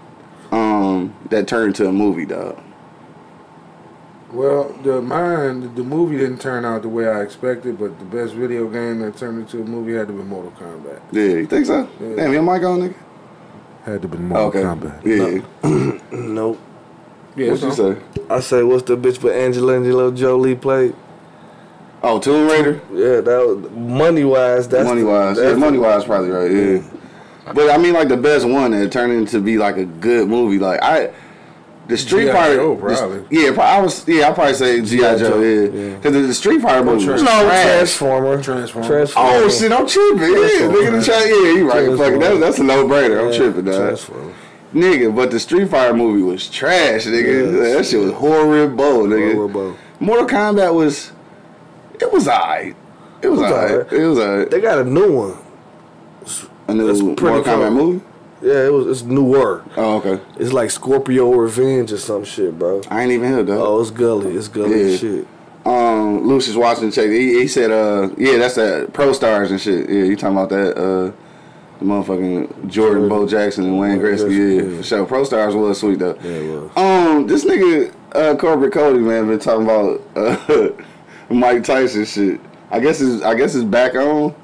Speaker 3: um, that turned to a movie, dog.
Speaker 4: Well, the mine, the movie didn't turn out the way I expected, but the best video game that turned into a movie had to be Mortal Kombat.
Speaker 3: Yeah, Oh, you think so? Damn, your mic on, nigga.
Speaker 4: Had to be Mortal
Speaker 3: okay.
Speaker 4: Kombat.
Speaker 3: Yeah.
Speaker 5: Nope.
Speaker 4: Yeah,
Speaker 3: What
Speaker 4: so-
Speaker 3: you say?
Speaker 5: I say, what's the bitch but Angelangelo Jolie played?
Speaker 3: Oh, Tomb Raider.
Speaker 5: Yeah, that was money wise. That's
Speaker 3: money wise,
Speaker 5: the,
Speaker 3: yeah,
Speaker 5: that's
Speaker 3: money wise, probably right. Yeah. But I mean, like the best one that turned into be like a good movie. Like I, the Street
Speaker 4: G.I.
Speaker 3: Fighter.
Speaker 4: Joe,
Speaker 3: the-
Speaker 4: probably.
Speaker 3: yeah, pro- I was. Yeah, I probably say GI Joe.
Speaker 5: Joe,
Speaker 3: Yeah,
Speaker 5: yeah.
Speaker 3: because the Street Fighter movie. was
Speaker 5: No
Speaker 3: trash.
Speaker 5: Transformer.
Speaker 4: Transformer.
Speaker 5: Transformer.
Speaker 3: Oh shit, I'm tripping. Yeah,
Speaker 5: Transformer.
Speaker 3: nigga, the China, yeah, you right. Fuck, it, that, that's a no brainer. I'm
Speaker 5: Yeah,
Speaker 3: tripping, dog.
Speaker 5: Transformer.
Speaker 3: Nigga, but the Street Fighter movie was trash, nigga.
Speaker 5: Yes.
Speaker 3: that shit was horrible, nigga.
Speaker 5: Horrible.
Speaker 3: Mortal Kombat was, it was alright. It was
Speaker 5: was
Speaker 3: alright.
Speaker 5: alright.
Speaker 3: It was alright.
Speaker 5: They got a new one.
Speaker 3: A new
Speaker 5: that's
Speaker 3: Mortal
Speaker 5: pretty
Speaker 3: Kombat
Speaker 5: cool.
Speaker 3: movie.
Speaker 5: Yeah, it was. It's newer.
Speaker 3: Oh, okay.
Speaker 5: It's like Scorpio Revenge or some shit, bro.
Speaker 3: I ain't even here, dog.
Speaker 5: Oh, it's gully. It's gully
Speaker 3: Yeah.
Speaker 5: shit.
Speaker 3: um, Lucius Watson checked. He, he said, uh, yeah, that's that Pro Stars and shit. Yeah, you talking about that, uh, the motherfucking Jordan, Bo Jackson, and Wayne Gretzky. Yeah, for sure. Pro Stars was sweet, though.
Speaker 4: Yeah, it was.
Speaker 3: Um, this nigga, uh, Corporate Cody, man, been talking about uh, <laughs> Mike Tyson shit. I guess it's, I guess it's back on.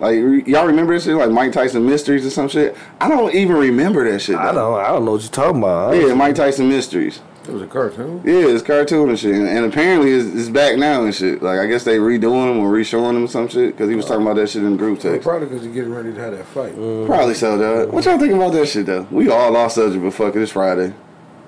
Speaker 3: Like re- y'all remember this shit, like Mike Tyson Mysteries or some shit. I don't even remember that shit.
Speaker 5: I
Speaker 3: though.
Speaker 5: don't. I don't know what you're talking about.
Speaker 3: Yeah, Mike Tyson Mysteries.
Speaker 4: It was a cartoon.
Speaker 3: Yeah, it's cartoon and shit, and, and apparently it's, it's back now and shit. Like I guess they redoing him or reshowing him some shit because he was talking about that shit in the group text.
Speaker 4: Probably because you're getting ready to have that fight.
Speaker 3: Probably so, dog. What y'all think about that shit though? We all lost subject, but fuck it, it's Friday.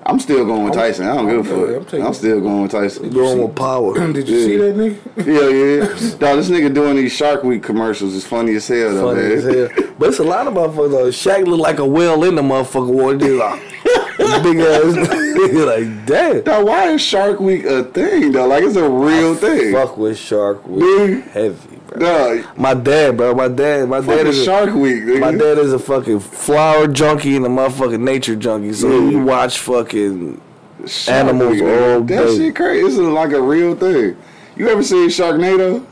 Speaker 3: I'm still going with Tyson. I don't give
Speaker 4: I'm-
Speaker 3: a
Speaker 4: I'm
Speaker 3: fuck.
Speaker 4: taking-
Speaker 3: I'm still going with Tyson.
Speaker 5: Going
Speaker 3: <laughs>
Speaker 5: with <laughs> power.
Speaker 4: <clears throat> Did you see that nigga? <laughs>
Speaker 3: Yeah,
Speaker 5: <laughs>
Speaker 3: yeah. Dog, this nigga doing these Shark Week commercials is funny as hell though,
Speaker 5: Funny
Speaker 3: man.
Speaker 5: as hell. But it's a lot of motherfuckers. Though. Shaq look like a whale in the motherfucker water. Just like <laughs> big ass. <laughs> nigga, like damn.
Speaker 3: Dog, why is Shark Week a thing though? Like it's a real thing.
Speaker 5: Fuck with shark
Speaker 3: Big.
Speaker 5: with heavy, bro.
Speaker 3: Dog,
Speaker 5: My dad, bro. My dad. My dad
Speaker 3: fucking
Speaker 5: is a-
Speaker 3: Shark Week. Nigga.
Speaker 5: My dad is a fucking flower junkie and a motherfucking nature junkie. So he watch fucking
Speaker 3: Shark
Speaker 5: animals
Speaker 3: Week,
Speaker 5: all
Speaker 3: nigga. That
Speaker 5: day.
Speaker 3: shit crazy. This is like a real thing. You ever seen Sharknado?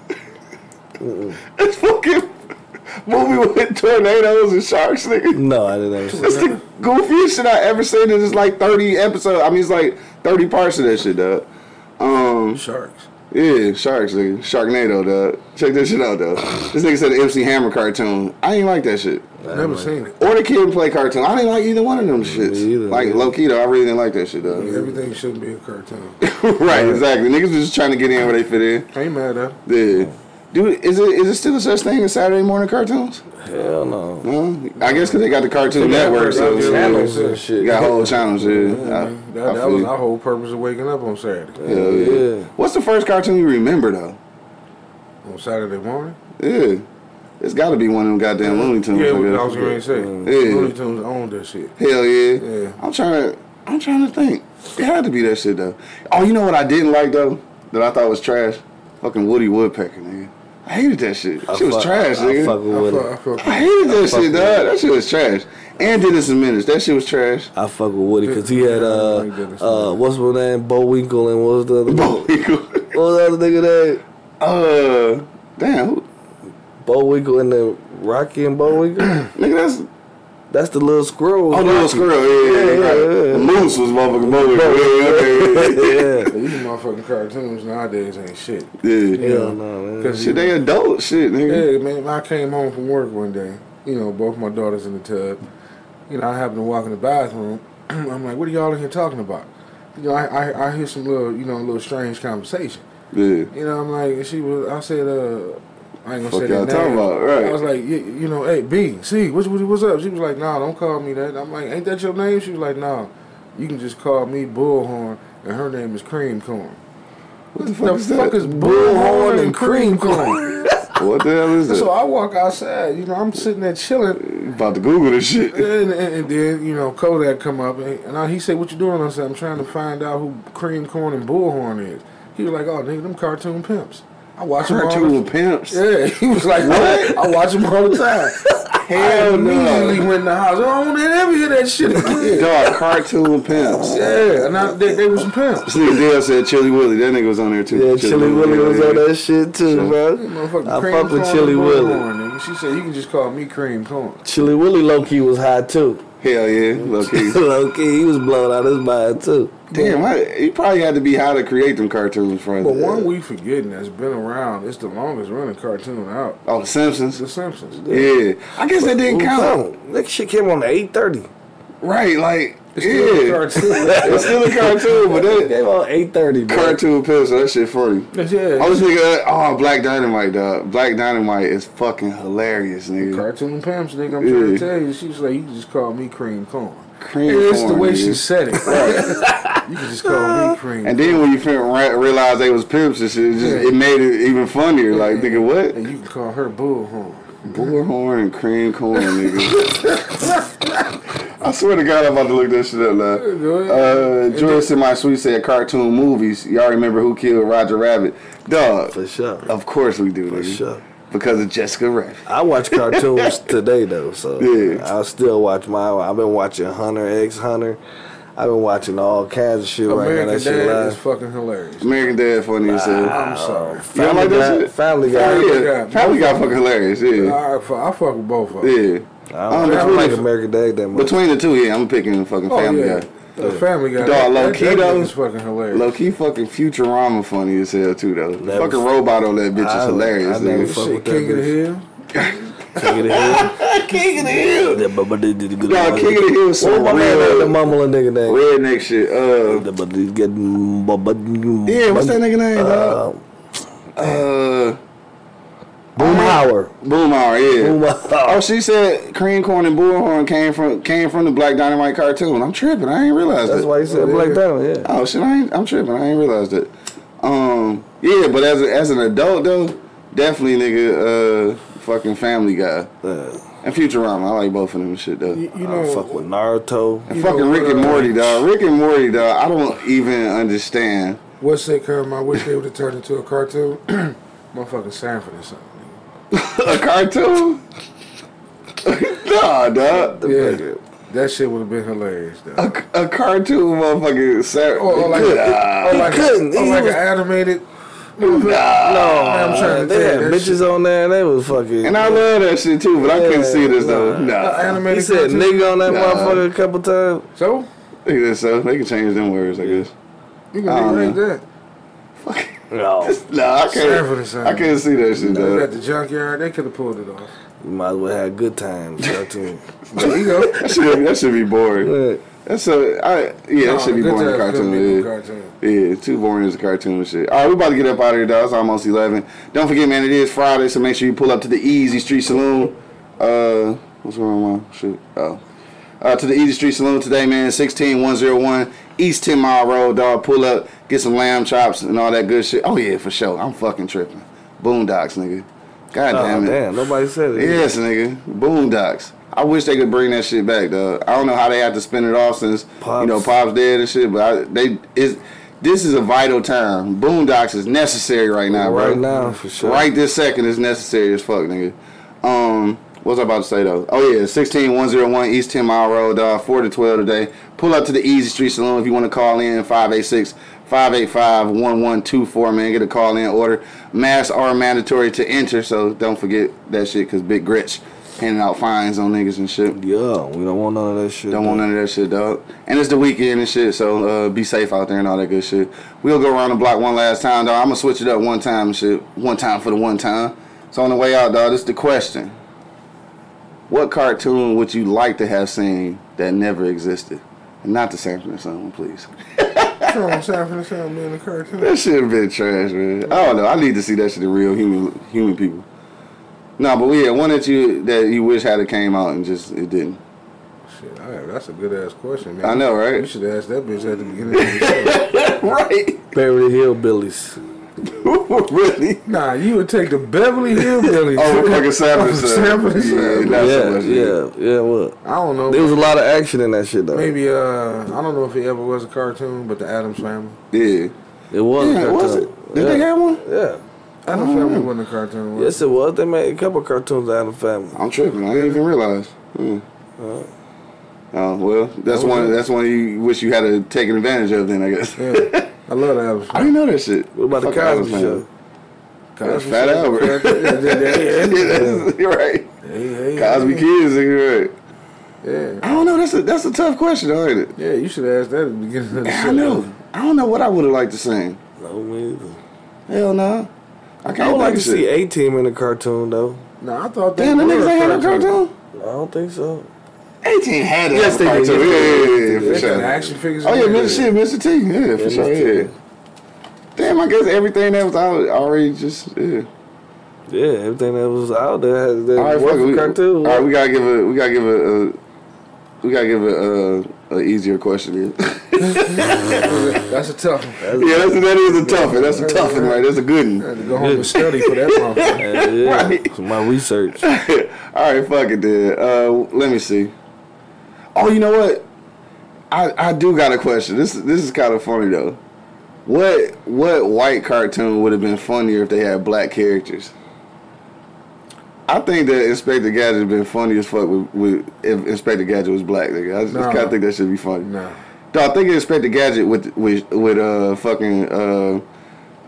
Speaker 3: it's fucking movie with tornadoes and sharks, nigga.
Speaker 5: no, I didn't ever
Speaker 3: It's
Speaker 5: see.
Speaker 3: the goofiest shit I ever seen. And it's like thirty episodes. I mean, it's like thirty parts of that shit, dog. Um,
Speaker 4: Sharks.
Speaker 3: yeah, sharks, nigga. Sharknado, dog. Check this shit out, though. This nigga said the MC Hammer cartoon. I ain't like that shit.
Speaker 4: Never seen it.
Speaker 3: Or the kid and play cartoon. I didn't like either one of them shits.
Speaker 5: either,
Speaker 3: like
Speaker 5: yeah.
Speaker 3: low key though, I really didn't like that shit though.
Speaker 4: Everything shouldn't be a
Speaker 3: <laughs>
Speaker 4: cartoon.
Speaker 3: right, exactly. Niggas was just trying to get in where they fit in.
Speaker 4: Ain't mad at.
Speaker 3: Yeah. Dude, is it is it still such thing as Saturday morning cartoons?
Speaker 5: Hell no.
Speaker 3: Huh? I guess because they got the Cartoon Network,
Speaker 4: network,
Speaker 3: so
Speaker 4: yeah,
Speaker 5: Channels
Speaker 4: yeah.
Speaker 5: and shit.
Speaker 3: you got whole channels. Yeah, I-
Speaker 4: That,
Speaker 3: I
Speaker 4: that
Speaker 3: feel
Speaker 4: was
Speaker 3: you.
Speaker 4: our whole purpose of waking up on Saturday.
Speaker 3: Hell yeah.
Speaker 5: Yeah.
Speaker 3: What's the first cartoon you remember though?
Speaker 4: On Saturday morning.
Speaker 3: Yeah, it's got to be one of them goddamn Looney Tunes.
Speaker 4: Yeah,
Speaker 3: I
Speaker 4: what
Speaker 3: guess.
Speaker 4: I was going to say.
Speaker 3: Mm. Yeah.
Speaker 4: Looney Tunes owned that shit.
Speaker 3: Hell yeah.
Speaker 4: Yeah.
Speaker 3: I'm trying to. I'm trying to think. It had to be that shit though. Oh, you know what I didn't like though that I thought was trash. Fucking Woody Woodpecker, nigga. I hated that shit.
Speaker 5: I
Speaker 3: shit was
Speaker 5: fuck-
Speaker 3: trash,
Speaker 5: I,
Speaker 3: nigga.
Speaker 5: I fuck
Speaker 4: I
Speaker 5: with
Speaker 4: fuck, I
Speaker 5: Woody.
Speaker 4: fuck
Speaker 3: I hated that shit,
Speaker 5: with
Speaker 3: dog. That shit was trash. And Dennis and Menace. That shit was trash. <laughs>
Speaker 5: I fuck with Woody because he had uh uh what's my name Bo Winkle and what was the other
Speaker 3: Bo Eagle.
Speaker 5: what was the other nigga name
Speaker 3: Uh, damn. Who,
Speaker 5: Bo Winkle and the Rocky and Bo
Speaker 3: <clears throat>
Speaker 5: Winkle.
Speaker 3: nigga, that's.
Speaker 5: That's the little squirrel.
Speaker 3: Oh, the little squirrel. Yeah, yeah, yeah.
Speaker 5: Yeah,
Speaker 3: right. Moose was motherfucking Bo Eagle. Yeah, okay. <laughs>
Speaker 5: <laughs> yeah.
Speaker 4: <laughs> These motherfucking cartoons nowadays ain't shit.
Speaker 3: Yeah.
Speaker 5: Hell no, man.
Speaker 4: Cause
Speaker 3: Mm. Shit, they adult shit, nigga.
Speaker 4: Yeah, man. I came home from work one day. You know, both my daughters in the tub. You know, I happened to walk in the bathroom. <clears throat> I'm like, what are y'all in here talking about? You know, I, I I hear some little, you know, little strange conversation.
Speaker 3: Yeah.
Speaker 4: You know, I'm like, and she was. I said, uh, I ain't gonna
Speaker 3: Fuck
Speaker 4: say
Speaker 3: y'all
Speaker 4: that
Speaker 3: talking
Speaker 4: name.
Speaker 3: about, right.
Speaker 4: I was like, you, you know, hey B, C, what's what, what's up? She was like, nah, don't call me that. I'm like, ain't that your name? She was like, nah, you can just call me Bullhorn, and her name is Cream Corn. What the fuck,
Speaker 3: is that?
Speaker 4: is Bullhorn and Cream Corn?
Speaker 3: What the hell is
Speaker 4: <laughs> so
Speaker 3: that?
Speaker 4: I walk outside. You know, I'm sitting there chilling.
Speaker 3: About to Google this shit.
Speaker 4: And, and, and then you know Kodak come up and, and I, he said, "What you doing?" I said, "I'm trying to find out who Cream Corn and Bullhorn is." He was like, "Oh, nigga, them cartoon pimps. I watch them all."
Speaker 3: Cartoon
Speaker 4: The,
Speaker 3: pimps.
Speaker 4: yeah, he was like,
Speaker 3: What?
Speaker 4: "What? I watch them all the <laughs> time."
Speaker 3: Hell
Speaker 4: I immediately
Speaker 3: no.
Speaker 4: went in the house. Oh, I don't want to ever hear that shit again.
Speaker 3: Dog, cartoon pimps.
Speaker 4: yeah, and I, they, they was some pimps.
Speaker 3: This nigga Dale said Chili Willy. That nigga was on there too.
Speaker 5: Yeah, Chili Willy was
Speaker 3: yeah,
Speaker 5: on
Speaker 3: yeah.
Speaker 5: that shit too, bro.
Speaker 4: Motherfucking
Speaker 5: I
Speaker 4: Cream
Speaker 5: fuck with
Speaker 4: Corn
Speaker 5: Chili
Speaker 4: and
Speaker 5: Willy.
Speaker 4: Bullhorn, nigga. She said, "You can just call me Cream Corn."
Speaker 5: Chili Willy low key was
Speaker 3: <laughs>
Speaker 5: high too.
Speaker 3: Hell yeah, low
Speaker 5: <laughs>
Speaker 3: key.
Speaker 5: low key, he was blown out his mind too.
Speaker 3: Damn, I, he probably had to be how to create them cartoons for
Speaker 4: But one we forgetting that's been around. It's the longest running cartoon out.
Speaker 3: Oh, The Simpsons.
Speaker 4: The Simpsons.
Speaker 3: Yeah, I guess that didn't count.
Speaker 5: Come, that shit came on at
Speaker 3: <laughs>
Speaker 5: eight thirty.
Speaker 3: Right, like
Speaker 4: Still a
Speaker 3: yeah,
Speaker 4: <laughs> cartoon.
Speaker 3: it's still a cartoon, but that
Speaker 4: <laughs>
Speaker 5: Came on eight thirty, bro.
Speaker 3: cartoon pencil, that shit funny.
Speaker 4: Yeah,
Speaker 3: Oh, this nigga, oh, Black Dynamite, dog. Black Dynamite is fucking hilarious, nigga.
Speaker 4: cartoon pimps, nigga. I'm trying
Speaker 3: Yeah.
Speaker 4: to tell you. She was like, you can just call me cream corn.
Speaker 3: Cream
Speaker 4: it's the
Speaker 3: corn,
Speaker 4: way
Speaker 3: nigga.
Speaker 4: she said it. <laughs> you can just <laughs> call me cream.
Speaker 3: And then when you fin- re- realize they was pimps and shit, it, just, it made it even funnier. Like, nigga, what?
Speaker 4: and you can call her bullhorn.
Speaker 3: Bullhorn and cream corn, nigga. I swear to God, I'm about to look that shit up, lad. Uh, Jordan said my sweet said cartoon movies. Y'all remember who killed Roger Rabbit? Dog.
Speaker 5: For sure.
Speaker 3: Of course we do, nigga.
Speaker 5: sure.
Speaker 3: Because of Jessica Rabbit.
Speaker 5: I watch
Speaker 3: <laughs>
Speaker 5: cartoons today though, so
Speaker 3: Yeah.
Speaker 5: I still watch my. I've been watching Hunter X Hunter. I've been watching all kinds of shit right now.
Speaker 4: American
Speaker 5: That shit
Speaker 4: Dad is
Speaker 5: live.
Speaker 4: fucking hilarious.
Speaker 3: American Dad funny as hell.
Speaker 4: I'm sorry.
Speaker 3: You don't
Speaker 5: Ah, Family
Speaker 3: like that
Speaker 5: Guy-
Speaker 3: shit?
Speaker 5: Family Guy.
Speaker 3: Family
Speaker 4: Family Guy.
Speaker 3: Family Guy fucking hilarious. Yeah.
Speaker 4: I, I fuck, I fuck with both of them.
Speaker 3: Yeah.
Speaker 5: I don't,
Speaker 3: Um,
Speaker 5: I don't like
Speaker 3: between-
Speaker 5: American Dad that much.
Speaker 3: Between the two, yeah, I'm picking fucking
Speaker 4: Oh,
Speaker 3: Family
Speaker 4: yeah.
Speaker 3: Guy.
Speaker 4: The family guy.
Speaker 3: Dog, low key, though.
Speaker 4: is fucking hilarious.
Speaker 3: Low key, fucking Futurama funny as hell too though.
Speaker 5: That
Speaker 3: fucking
Speaker 5: was-
Speaker 3: robot on that bitch
Speaker 5: I-
Speaker 3: is hilarious.
Speaker 5: I never
Speaker 3: nigga.
Speaker 5: fuck
Speaker 4: Shit,
Speaker 5: with that
Speaker 4: King of the
Speaker 5: bitch.
Speaker 4: Hill.
Speaker 5: King of
Speaker 3: <laughs>
Speaker 5: the Hill.
Speaker 3: King of the Hill.
Speaker 5: Yeah, but- but they did a good
Speaker 3: Nah,
Speaker 5: one.
Speaker 3: King of the Hill was
Speaker 5: What
Speaker 3: some
Speaker 5: my man
Speaker 3: real-
Speaker 5: named the mumble and nigga name?
Speaker 3: <laughs> Redneck shit. Uh,
Speaker 5: The- but they get- but- but-
Speaker 3: yeah, what's that nigga name?
Speaker 5: Uh,
Speaker 3: dog? Uh,
Speaker 5: Boomhauer.
Speaker 3: Boomhauer. Yeah.
Speaker 5: Boomhauer.
Speaker 3: Oh, she said cream corn and bullhorn came from came from the Black Dynamite cartoon. I'm tripping. I ain't realized
Speaker 5: That's
Speaker 3: that.
Speaker 5: why he said Black Diamond, yeah.
Speaker 3: Oh shit, I ain't, I'm tripping. I ain't realized that. Um, yeah, but as a, as an adult though, definitely nigga, uh, fucking Family Guy
Speaker 5: Uh,
Speaker 3: and Futurama. I like both of them and shit though.
Speaker 4: You, you
Speaker 5: I
Speaker 4: know,
Speaker 5: fuck with Naruto.
Speaker 3: And fucking
Speaker 4: know,
Speaker 3: Rick and
Speaker 4: uh,
Speaker 3: Morty, dog. Rick and Morty, dog. I don't even understand.
Speaker 4: what sitcom I wish they would have turned into a cartoon? <clears throat> Motherfucking Sanford or something.
Speaker 3: a cartoon? <laughs> nah, dog.
Speaker 4: Yeah. That shit would have been hilarious, though.
Speaker 3: A, a cartoon, motherfucking. Sar-
Speaker 4: Or, or like,
Speaker 3: Nah.
Speaker 4: or like,
Speaker 5: couldn't.
Speaker 4: Or
Speaker 5: He
Speaker 4: like
Speaker 5: was-
Speaker 4: an animated.
Speaker 5: No,
Speaker 4: I'm trying to
Speaker 5: Uh, they
Speaker 4: tell
Speaker 5: had
Speaker 4: you, that
Speaker 5: bitches
Speaker 4: shit-
Speaker 5: on there. They was fucking.
Speaker 3: And I love that shit too, but I couldn't see this though.
Speaker 4: an
Speaker 3: Nah.
Speaker 4: animated
Speaker 5: he said
Speaker 4: cartoon.
Speaker 5: nigga on that
Speaker 3: Nah.
Speaker 5: motherfucker a couple times.
Speaker 4: So,
Speaker 3: Look at this, so they can change them words, I guess.
Speaker 4: you can rewrite that.
Speaker 5: No,
Speaker 3: Nah, I
Speaker 4: Serve it or
Speaker 3: can't.
Speaker 4: something.
Speaker 3: I couldn't see that shit
Speaker 4: They were
Speaker 3: though.
Speaker 4: at the junkyard, they could have pulled it off.
Speaker 5: you might as well have good times.
Speaker 3: <laughs>
Speaker 5: cartoon.
Speaker 4: There you go.
Speaker 3: That should, that should be boring.
Speaker 5: Look,
Speaker 3: That's a, I, yeah, that should be
Speaker 4: Good
Speaker 3: boring in a
Speaker 4: times
Speaker 3: cartoon.
Speaker 4: couldn't be no
Speaker 3: Yeah.
Speaker 4: cartoon.
Speaker 3: Yeah, too boring as a cartoon and shit. All right, we about to get up out of here, dog. It's almost 11. Don't forget, man, it is Friday, so make sure you pull up to the Easy Street Saloon. Uh, what's wrong with my shit? Oh. Uh, to the Easy Street Saloon today, man. 16101 East 10 Mile Road, dog. Pull up, get some lamb chops and all that good shit. Oh, yeah, for sure. I'm fucking tripping. Boondocks, nigga. God
Speaker 5: oh,
Speaker 3: damn
Speaker 5: damn,
Speaker 3: it.
Speaker 5: nobody said it.
Speaker 3: Yes, nigga. Boondocks. I wish they could bring that shit back, though. I don't know how they have to spin it off since you
Speaker 5: Pops.
Speaker 3: know Pop's dead and shit, but I, they is this is a vital time. Boondocks is necessary right now, bro.
Speaker 5: Right now, for sure.
Speaker 3: Right this second is necessary as fuck, nigga. Um, what was I about to say though? Oh yeah, sixteen one zero one East Ten Mile Road, uh, four to twelve today. Pull up to the Easy Street Saloon if you want to call in 586-585-1124, man. Get a call in order. Masks are mandatory to enter, so don't forget that shit. Cause Big Gretch handing out fines on niggas and shit.
Speaker 5: Yeah, we don't want none of that shit.
Speaker 3: Don't want none of that shit, dog. And it's the weekend and shit, so uh, be safe out there and all that good shit. We'll go around the block one last time, dog. I'm gonna switch it up one time and shit. One time for the one time. So on the way out, dog, this the question. What cartoon would you like to have seen that never existed? And not the Sanford and Son, please.
Speaker 4: Come on, Sanford and Son being a cartoon.
Speaker 3: That shit been trash, man. I don't know. I need to see that shit in real human human people. No, but we had one that you that you wish had it came out and just it didn't.
Speaker 4: Shit, all right, that's a good ass question, man.
Speaker 3: I know,
Speaker 4: You
Speaker 3: right? <laughs>
Speaker 4: should ask that bitch at the beginning of the show. <laughs>
Speaker 3: right.
Speaker 5: Beverly Hillbillies.
Speaker 3: really?
Speaker 4: Nah, you would take the Beverly
Speaker 3: <laughs>
Speaker 4: Hillbillies. <laughs>
Speaker 3: Oh, fucking Sanford
Speaker 4: Over Sanford and Son.
Speaker 3: Yeah, not
Speaker 5: yeah,
Speaker 3: so much.
Speaker 5: yeah, yeah. What?
Speaker 4: I don't know.
Speaker 5: There was a lot of action in that shit though.
Speaker 4: Maybe uh, I don't know if it ever was a cartoon, but the Adams Family.
Speaker 3: Yeah.
Speaker 5: It was. a
Speaker 3: Yeah,
Speaker 5: cartoon.
Speaker 3: was it? Did
Speaker 5: yeah.
Speaker 3: they have one?
Speaker 5: Yeah.
Speaker 4: Adams
Speaker 3: Mm.
Speaker 4: Family wasn't a cartoon. Was
Speaker 5: Yes, it was. They made a couple cartoons out of the family.
Speaker 3: I'm tripping. I didn't even realize. Hmm.
Speaker 5: Uh.
Speaker 3: Oh well, that's one. That's one you wish you had to take advantage of. Then I guess.
Speaker 4: it? Yeah. I love the Adams
Speaker 3: <laughs> I
Speaker 4: Family.
Speaker 3: didn't know that shit.
Speaker 5: What about
Speaker 3: Fuck,
Speaker 5: the
Speaker 3: I was
Speaker 5: Cosby
Speaker 3: playing.
Speaker 5: Show?
Speaker 3: That's Fat Albert.
Speaker 4: Yeah, yeah, yeah, yeah.
Speaker 3: Yeah, that's, <laughs> you're right.
Speaker 4: Hey, hey,
Speaker 3: Cosby
Speaker 4: hey.
Speaker 3: kids. You're right.
Speaker 4: Yeah.
Speaker 3: I don't know. That's a that's a tough question, though, ain't it?
Speaker 4: Yeah, you should ask that at the beginning of the show.
Speaker 3: I know. I don't know what I would have liked to sing.
Speaker 5: No, me either.
Speaker 3: Hell no. I can't.
Speaker 5: I would like to
Speaker 3: think of
Speaker 5: see
Speaker 3: shit.
Speaker 5: A Team in a cartoon though.
Speaker 4: Nah, I thought they
Speaker 3: Damn, that
Speaker 4: were
Speaker 3: niggas ain't had no cartoon.
Speaker 5: I don't think so.
Speaker 3: 18 had it.
Speaker 5: Yes, they did.
Speaker 3: cartoon. Yeah, yeah, yeah, yeah, for
Speaker 4: They got
Speaker 3: sure.
Speaker 4: action figures.
Speaker 3: Oh yeah,
Speaker 4: in there.
Speaker 3: Mr. Shit, Mr. T. Yeah, for sure.
Speaker 5: Mr.
Speaker 3: Yeah. Damn, I guess everything that was out already just yeah.
Speaker 5: Yeah, everything that was out there has that
Speaker 3: All right, fuck it.
Speaker 5: was
Speaker 3: We,
Speaker 5: a cartoon.
Speaker 3: all right, we gotta give a we gotta give a, a we gotta give a, a, a easier question. Here. <laughs>
Speaker 4: That's a tough one. I
Speaker 3: yeah, that's, that is a tough one. That's a tough one, right? That's a good one.
Speaker 4: had to go home and study for that motherfucker.
Speaker 5: Yeah, yeah.
Speaker 3: Right.
Speaker 5: It's my research.
Speaker 3: All right, fuck it then. Uh, let me see. Oh, you know what? I, I do got a question. This this is kind of funny though. What what white cartoon would have been funnier if they had black characters? I think that Inspector Gadget been funny as fuck with, with if Inspector Gadget was black. Nigga. I just
Speaker 4: Nah.
Speaker 3: kind of think that should be funny.
Speaker 4: Nah.
Speaker 3: Dog, think of Inspector Gadget with with with uh fucking uh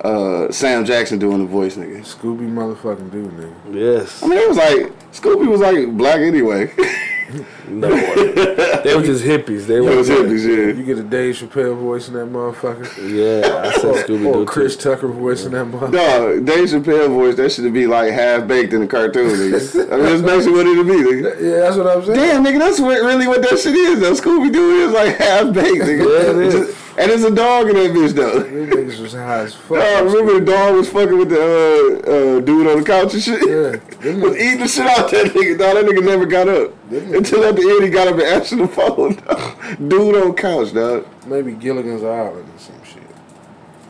Speaker 3: uh Sam Jackson doing the voice, nigga.
Speaker 4: Scooby motherfucking dude, nigga.
Speaker 5: Yes.
Speaker 3: I mean, it was like Scooby was like black anyway. <laughs>
Speaker 5: No. they were just hippies. They
Speaker 3: it
Speaker 5: were
Speaker 3: was hippies,
Speaker 4: You
Speaker 3: yeah.
Speaker 4: get a Dave Chappelle voice in that motherfucker.
Speaker 5: Yeah, I said Scooby
Speaker 4: Or
Speaker 5: Doo.
Speaker 4: a Chris Tucker voice in that motherfucker.
Speaker 3: Dog, Dave Chappelle voice that should be like half baked in the cartoon, <laughs> nigga. I mean, that's basically what it'd be, nigga.
Speaker 4: Yeah, that's what I'm saying.
Speaker 3: Damn, nigga, that's what, really what that shit is. Though Scooby Doo is like half baked, nigga.
Speaker 5: Yeah, it is.
Speaker 3: Just- and there's a dog in that bitch though.
Speaker 4: Them niggas was high as fuck.
Speaker 3: I remember the dog was fucking with the uh, uh, dude on the couch and shit.
Speaker 4: Yeah.
Speaker 3: <laughs>
Speaker 4: Them
Speaker 3: was
Speaker 4: niggas-
Speaker 3: eating the shit out that nigga. Dog, that nigga never got up until at the end he got up and answered the phone. Dog. Dude on couch, dog.
Speaker 4: Maybe Gilligan's Island or some shit.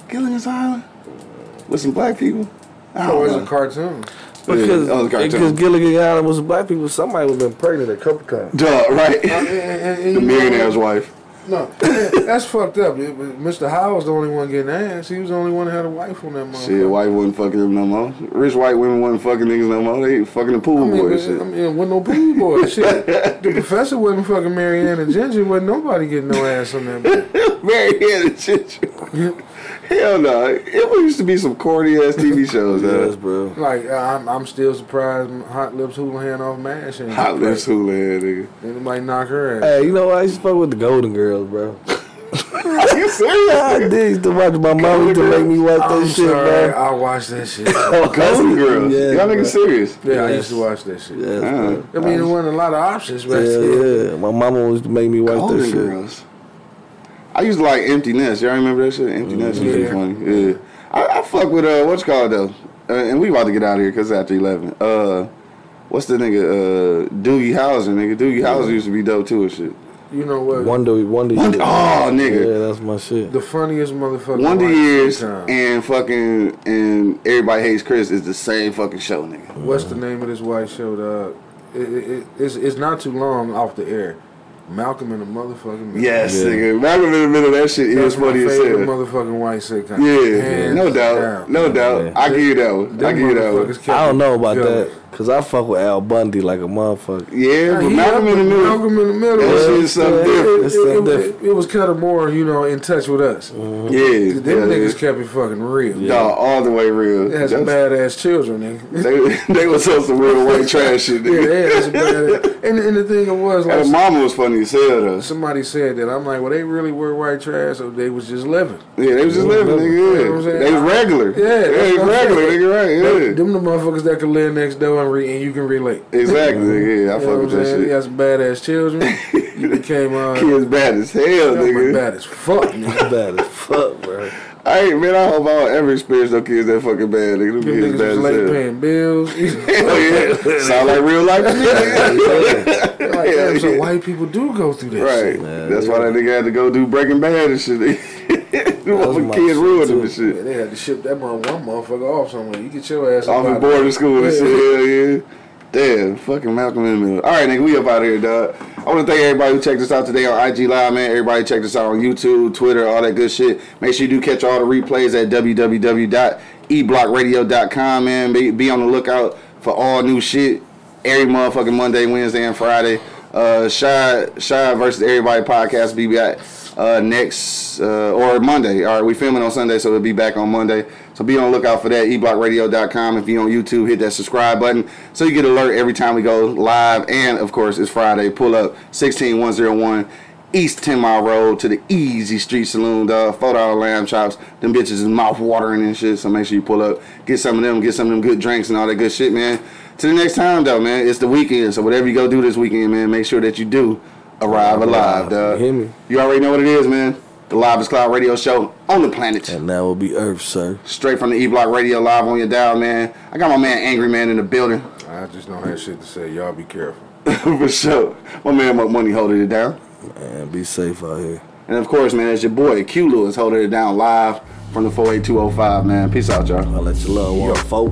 Speaker 3: Gilligan's Island with some black people. I
Speaker 4: Oh,
Speaker 3: don't
Speaker 4: it's a
Speaker 3: know.
Speaker 4: cartoon.
Speaker 5: Because,
Speaker 3: Yeah, that was a cartoon.
Speaker 5: because Gilligan Island was black people. Somebody was been pregnant a couple times.
Speaker 3: Dog,
Speaker 4: And-
Speaker 3: right?
Speaker 4: and- and-
Speaker 3: the
Speaker 4: and you know-
Speaker 3: millionaire's wife.
Speaker 4: No, that's fucked up. It was- Mr. Howell was the only one getting ass. He was the only one that had a wife on that motherfucker.
Speaker 3: Shit, white wasn't fucking them no more. Rich white women wasn't fucking niggas no more. They fucking the pool
Speaker 4: I mean,
Speaker 3: boy and
Speaker 4: but-
Speaker 3: shit.
Speaker 4: I mean, with no pool boy
Speaker 3: <laughs>
Speaker 4: shit. The professor wasn't fucking Marianne and Ginger. Wasn't nobody getting no ass on that. bitch.
Speaker 3: Mary had a shit. Hell no. It used to be some corny ass TV shows,
Speaker 5: Yes,
Speaker 3: though.
Speaker 5: bro.
Speaker 4: Like uh, I'm, I'm still surprised Hot Lips Houlihan off Mash and
Speaker 3: Hot lips hula head, nigga.
Speaker 4: Anybody knock her ass?
Speaker 5: Hey, you know what? I used to fuck with the Golden Girls, <laughs> bro.
Speaker 3: Are you serious?
Speaker 5: I did used to watch my mom used to make me watch that
Speaker 4: I'm
Speaker 5: shit,
Speaker 4: sorry.
Speaker 5: man.
Speaker 4: I watched that
Speaker 5: <laughs>
Speaker 4: shit.
Speaker 3: Golden Girls.
Speaker 5: Yeah,
Speaker 3: Y'all
Speaker 5: bro.
Speaker 3: niggas serious.
Speaker 4: Yeah, I
Speaker 5: Yes.
Speaker 4: used to watch that shit.
Speaker 3: Uh,
Speaker 5: Yes, bro.
Speaker 4: I mean, there wasn't a lot of options, but
Speaker 5: Yeah,
Speaker 4: still.
Speaker 5: yeah. My mama used to make me watch that
Speaker 3: Golden
Speaker 5: shit.
Speaker 3: Girls. I used to like Empty Nest. Y'all remember that shit? Empty Nest was pretty
Speaker 4: Yeah.
Speaker 3: funny. Yeah. I, I fuck with, uh, what's called, though? Uh, and we about to get out of here because it's after 11. Uh, what's the nigga? Uh, Doogie Howser, nigga. Doogie Howser used to be dope, too, and shit.
Speaker 4: You know what?
Speaker 5: Wonder, Wonder,
Speaker 3: Wonder-
Speaker 5: Years.
Speaker 3: oh, nigga.
Speaker 5: Yeah, that's my shit.
Speaker 4: the funniest motherfucker.
Speaker 3: Wonder
Speaker 4: white
Speaker 3: Years
Speaker 4: time.
Speaker 3: and fucking and Everybody Hates Chris is the same fucking show, nigga.
Speaker 4: What's the name of this white show? The it, it, it, it's it's not too long off the air. Malcolm in the motherfucking Middle.
Speaker 3: Yes,
Speaker 5: Yeah.
Speaker 3: nigga. Malcolm in the Middle, that shit
Speaker 4: that's
Speaker 3: is
Speaker 4: my
Speaker 3: funny as
Speaker 4: favorite
Speaker 3: hell.
Speaker 4: motherfucking white sitcom.
Speaker 3: Yeah,
Speaker 4: Hands
Speaker 3: no doubt,
Speaker 4: down.
Speaker 3: no doubt. I give you that one. I
Speaker 4: Them
Speaker 3: give you that one.
Speaker 4: motherfuckers kept
Speaker 5: I don't know about
Speaker 4: it
Speaker 5: that
Speaker 4: going.
Speaker 5: because I fuck with Al Bundy like a motherfucker.
Speaker 3: Yeah, but
Speaker 4: He
Speaker 3: Malcolm
Speaker 4: up
Speaker 3: in the
Speaker 4: with
Speaker 3: Middle,
Speaker 4: Malcolm in the middle.
Speaker 3: that shit
Speaker 4: It-
Speaker 3: is something
Speaker 5: Yeah.
Speaker 3: different. Mm-hmm.
Speaker 5: It's something
Speaker 4: It, it,
Speaker 5: different.
Speaker 4: it was kind of more, you know, in touch with us. Them
Speaker 3: Yeah,
Speaker 4: niggas
Speaker 3: yeah,
Speaker 4: kept it fucking real.
Speaker 3: yeah. Dog, all the way real.
Speaker 4: They had some
Speaker 3: That's-
Speaker 4: badass children, nigga. <laughs>
Speaker 3: They <laughs> they was on some real white trash shit,
Speaker 4: yeah,
Speaker 3: nigga.
Speaker 4: they had some
Speaker 3: <laughs>
Speaker 4: badass. And, and the thing it was, like,
Speaker 3: And Mama was funny as hell though.
Speaker 4: somebody said that. I'm like, well, they really were white trash, or they was just living.
Speaker 3: Yeah, they was just living,
Speaker 4: You know
Speaker 3: nigga.
Speaker 4: what I'm
Speaker 3: Yeah,
Speaker 4: saying?
Speaker 3: they was regular.
Speaker 4: Yeah,
Speaker 3: they
Speaker 4: that's
Speaker 3: was
Speaker 4: what I'm
Speaker 3: regular,
Speaker 4: saying.
Speaker 3: nigga. Right? Yeah,
Speaker 4: Them the motherfuckers that can live next door and, re- and you can relate.
Speaker 3: exactly. nigga, Yeah, I
Speaker 4: You know
Speaker 3: fuck
Speaker 4: what I'm
Speaker 3: with that
Speaker 4: saying?
Speaker 3: shit.
Speaker 4: You got some badass
Speaker 3: <laughs>
Speaker 4: children. you became uh,
Speaker 3: Kids bad as hell,
Speaker 4: y'all were
Speaker 3: nigga.
Speaker 4: bad as fuck,
Speaker 3: <laughs>
Speaker 5: <laughs>
Speaker 4: nigga.
Speaker 5: Bad as fuck, bro.
Speaker 3: I ain't man. I hope I don't ever experience no kids that fucking bad, nigga. Them
Speaker 4: Them
Speaker 3: kids
Speaker 4: niggas
Speaker 3: bad
Speaker 4: was
Speaker 3: as
Speaker 4: late
Speaker 3: hell.
Speaker 4: paying
Speaker 3: <laughs>
Speaker 4: bills. <laughs>
Speaker 3: Hell yeah, sound like real life to me. <laughs> nigga.
Speaker 4: like,
Speaker 3: Hell
Speaker 4: damn, so
Speaker 3: <laughs> yeah.
Speaker 4: white people do go through that
Speaker 3: Right.
Speaker 4: shit.
Speaker 3: That's why that nigga had to go do Breaking Bad and shit. <laughs> Them
Speaker 5: was
Speaker 3: motherfucking
Speaker 5: my
Speaker 3: kids
Speaker 5: shit,
Speaker 3: ruined him
Speaker 5: too.
Speaker 3: and
Speaker 4: Yeah,
Speaker 3: shit.
Speaker 4: they had to ship that mother- one motherfucker off somewhere. You get your ass
Speaker 3: Off
Speaker 4: up
Speaker 3: of
Speaker 4: out there.
Speaker 3: boarding school and
Speaker 4: Yeah.
Speaker 3: shit. Hell yeah. Damn, fucking Malcolm in the middle. All right, nigga, we up out of here, dog. I want to thank everybody who checked us out today on IG Live, man. Everybody checked us out on YouTube, Twitter, all that good shit. Make sure you do catch all the replays at e www.eblockradio.com, man. Be, be on the lookout for all new shit every motherfucking Monday, Wednesday, and Friday. Uh, Shy, Shy versus Everybody podcast be back uh, next uh, or Monday. All right, we filming on Sunday, so it'll be back on Monday. So be on the lookout for that. e eblockradio.com. If you're on YouTube, hit that subscribe button so you get alert every time we go live. And of course, it's Friday. Pull up 16101 East 10 Mile Road to the Easy Street Saloon, dog. Four dollar lamb chops. Them bitches is mouth watering and shit. So make sure you pull up, get some of them, get some of them good drinks and all that good shit, man. Till the next time, though, man. It's the weekend, so whatever you go do this weekend, man, make sure that you do arrive alive, dog.
Speaker 5: You hear me?
Speaker 3: You already know what it is, man. The Live Cloud Radio Show on the planet
Speaker 5: And that will be Earth, sir.
Speaker 3: straight from the E Block Radio live on your dial, man. I got my man Angry Man in the building <laughs>
Speaker 4: I just don't have shit to say. Y'all be careful.
Speaker 3: for sure. My man, my money holding it down,
Speaker 5: Man, be safe out here.
Speaker 3: and of course, man, it's your boy Q Lewis holding it down live from the 48205, man. Peace out, y'all.
Speaker 5: I'll let you love one, folk.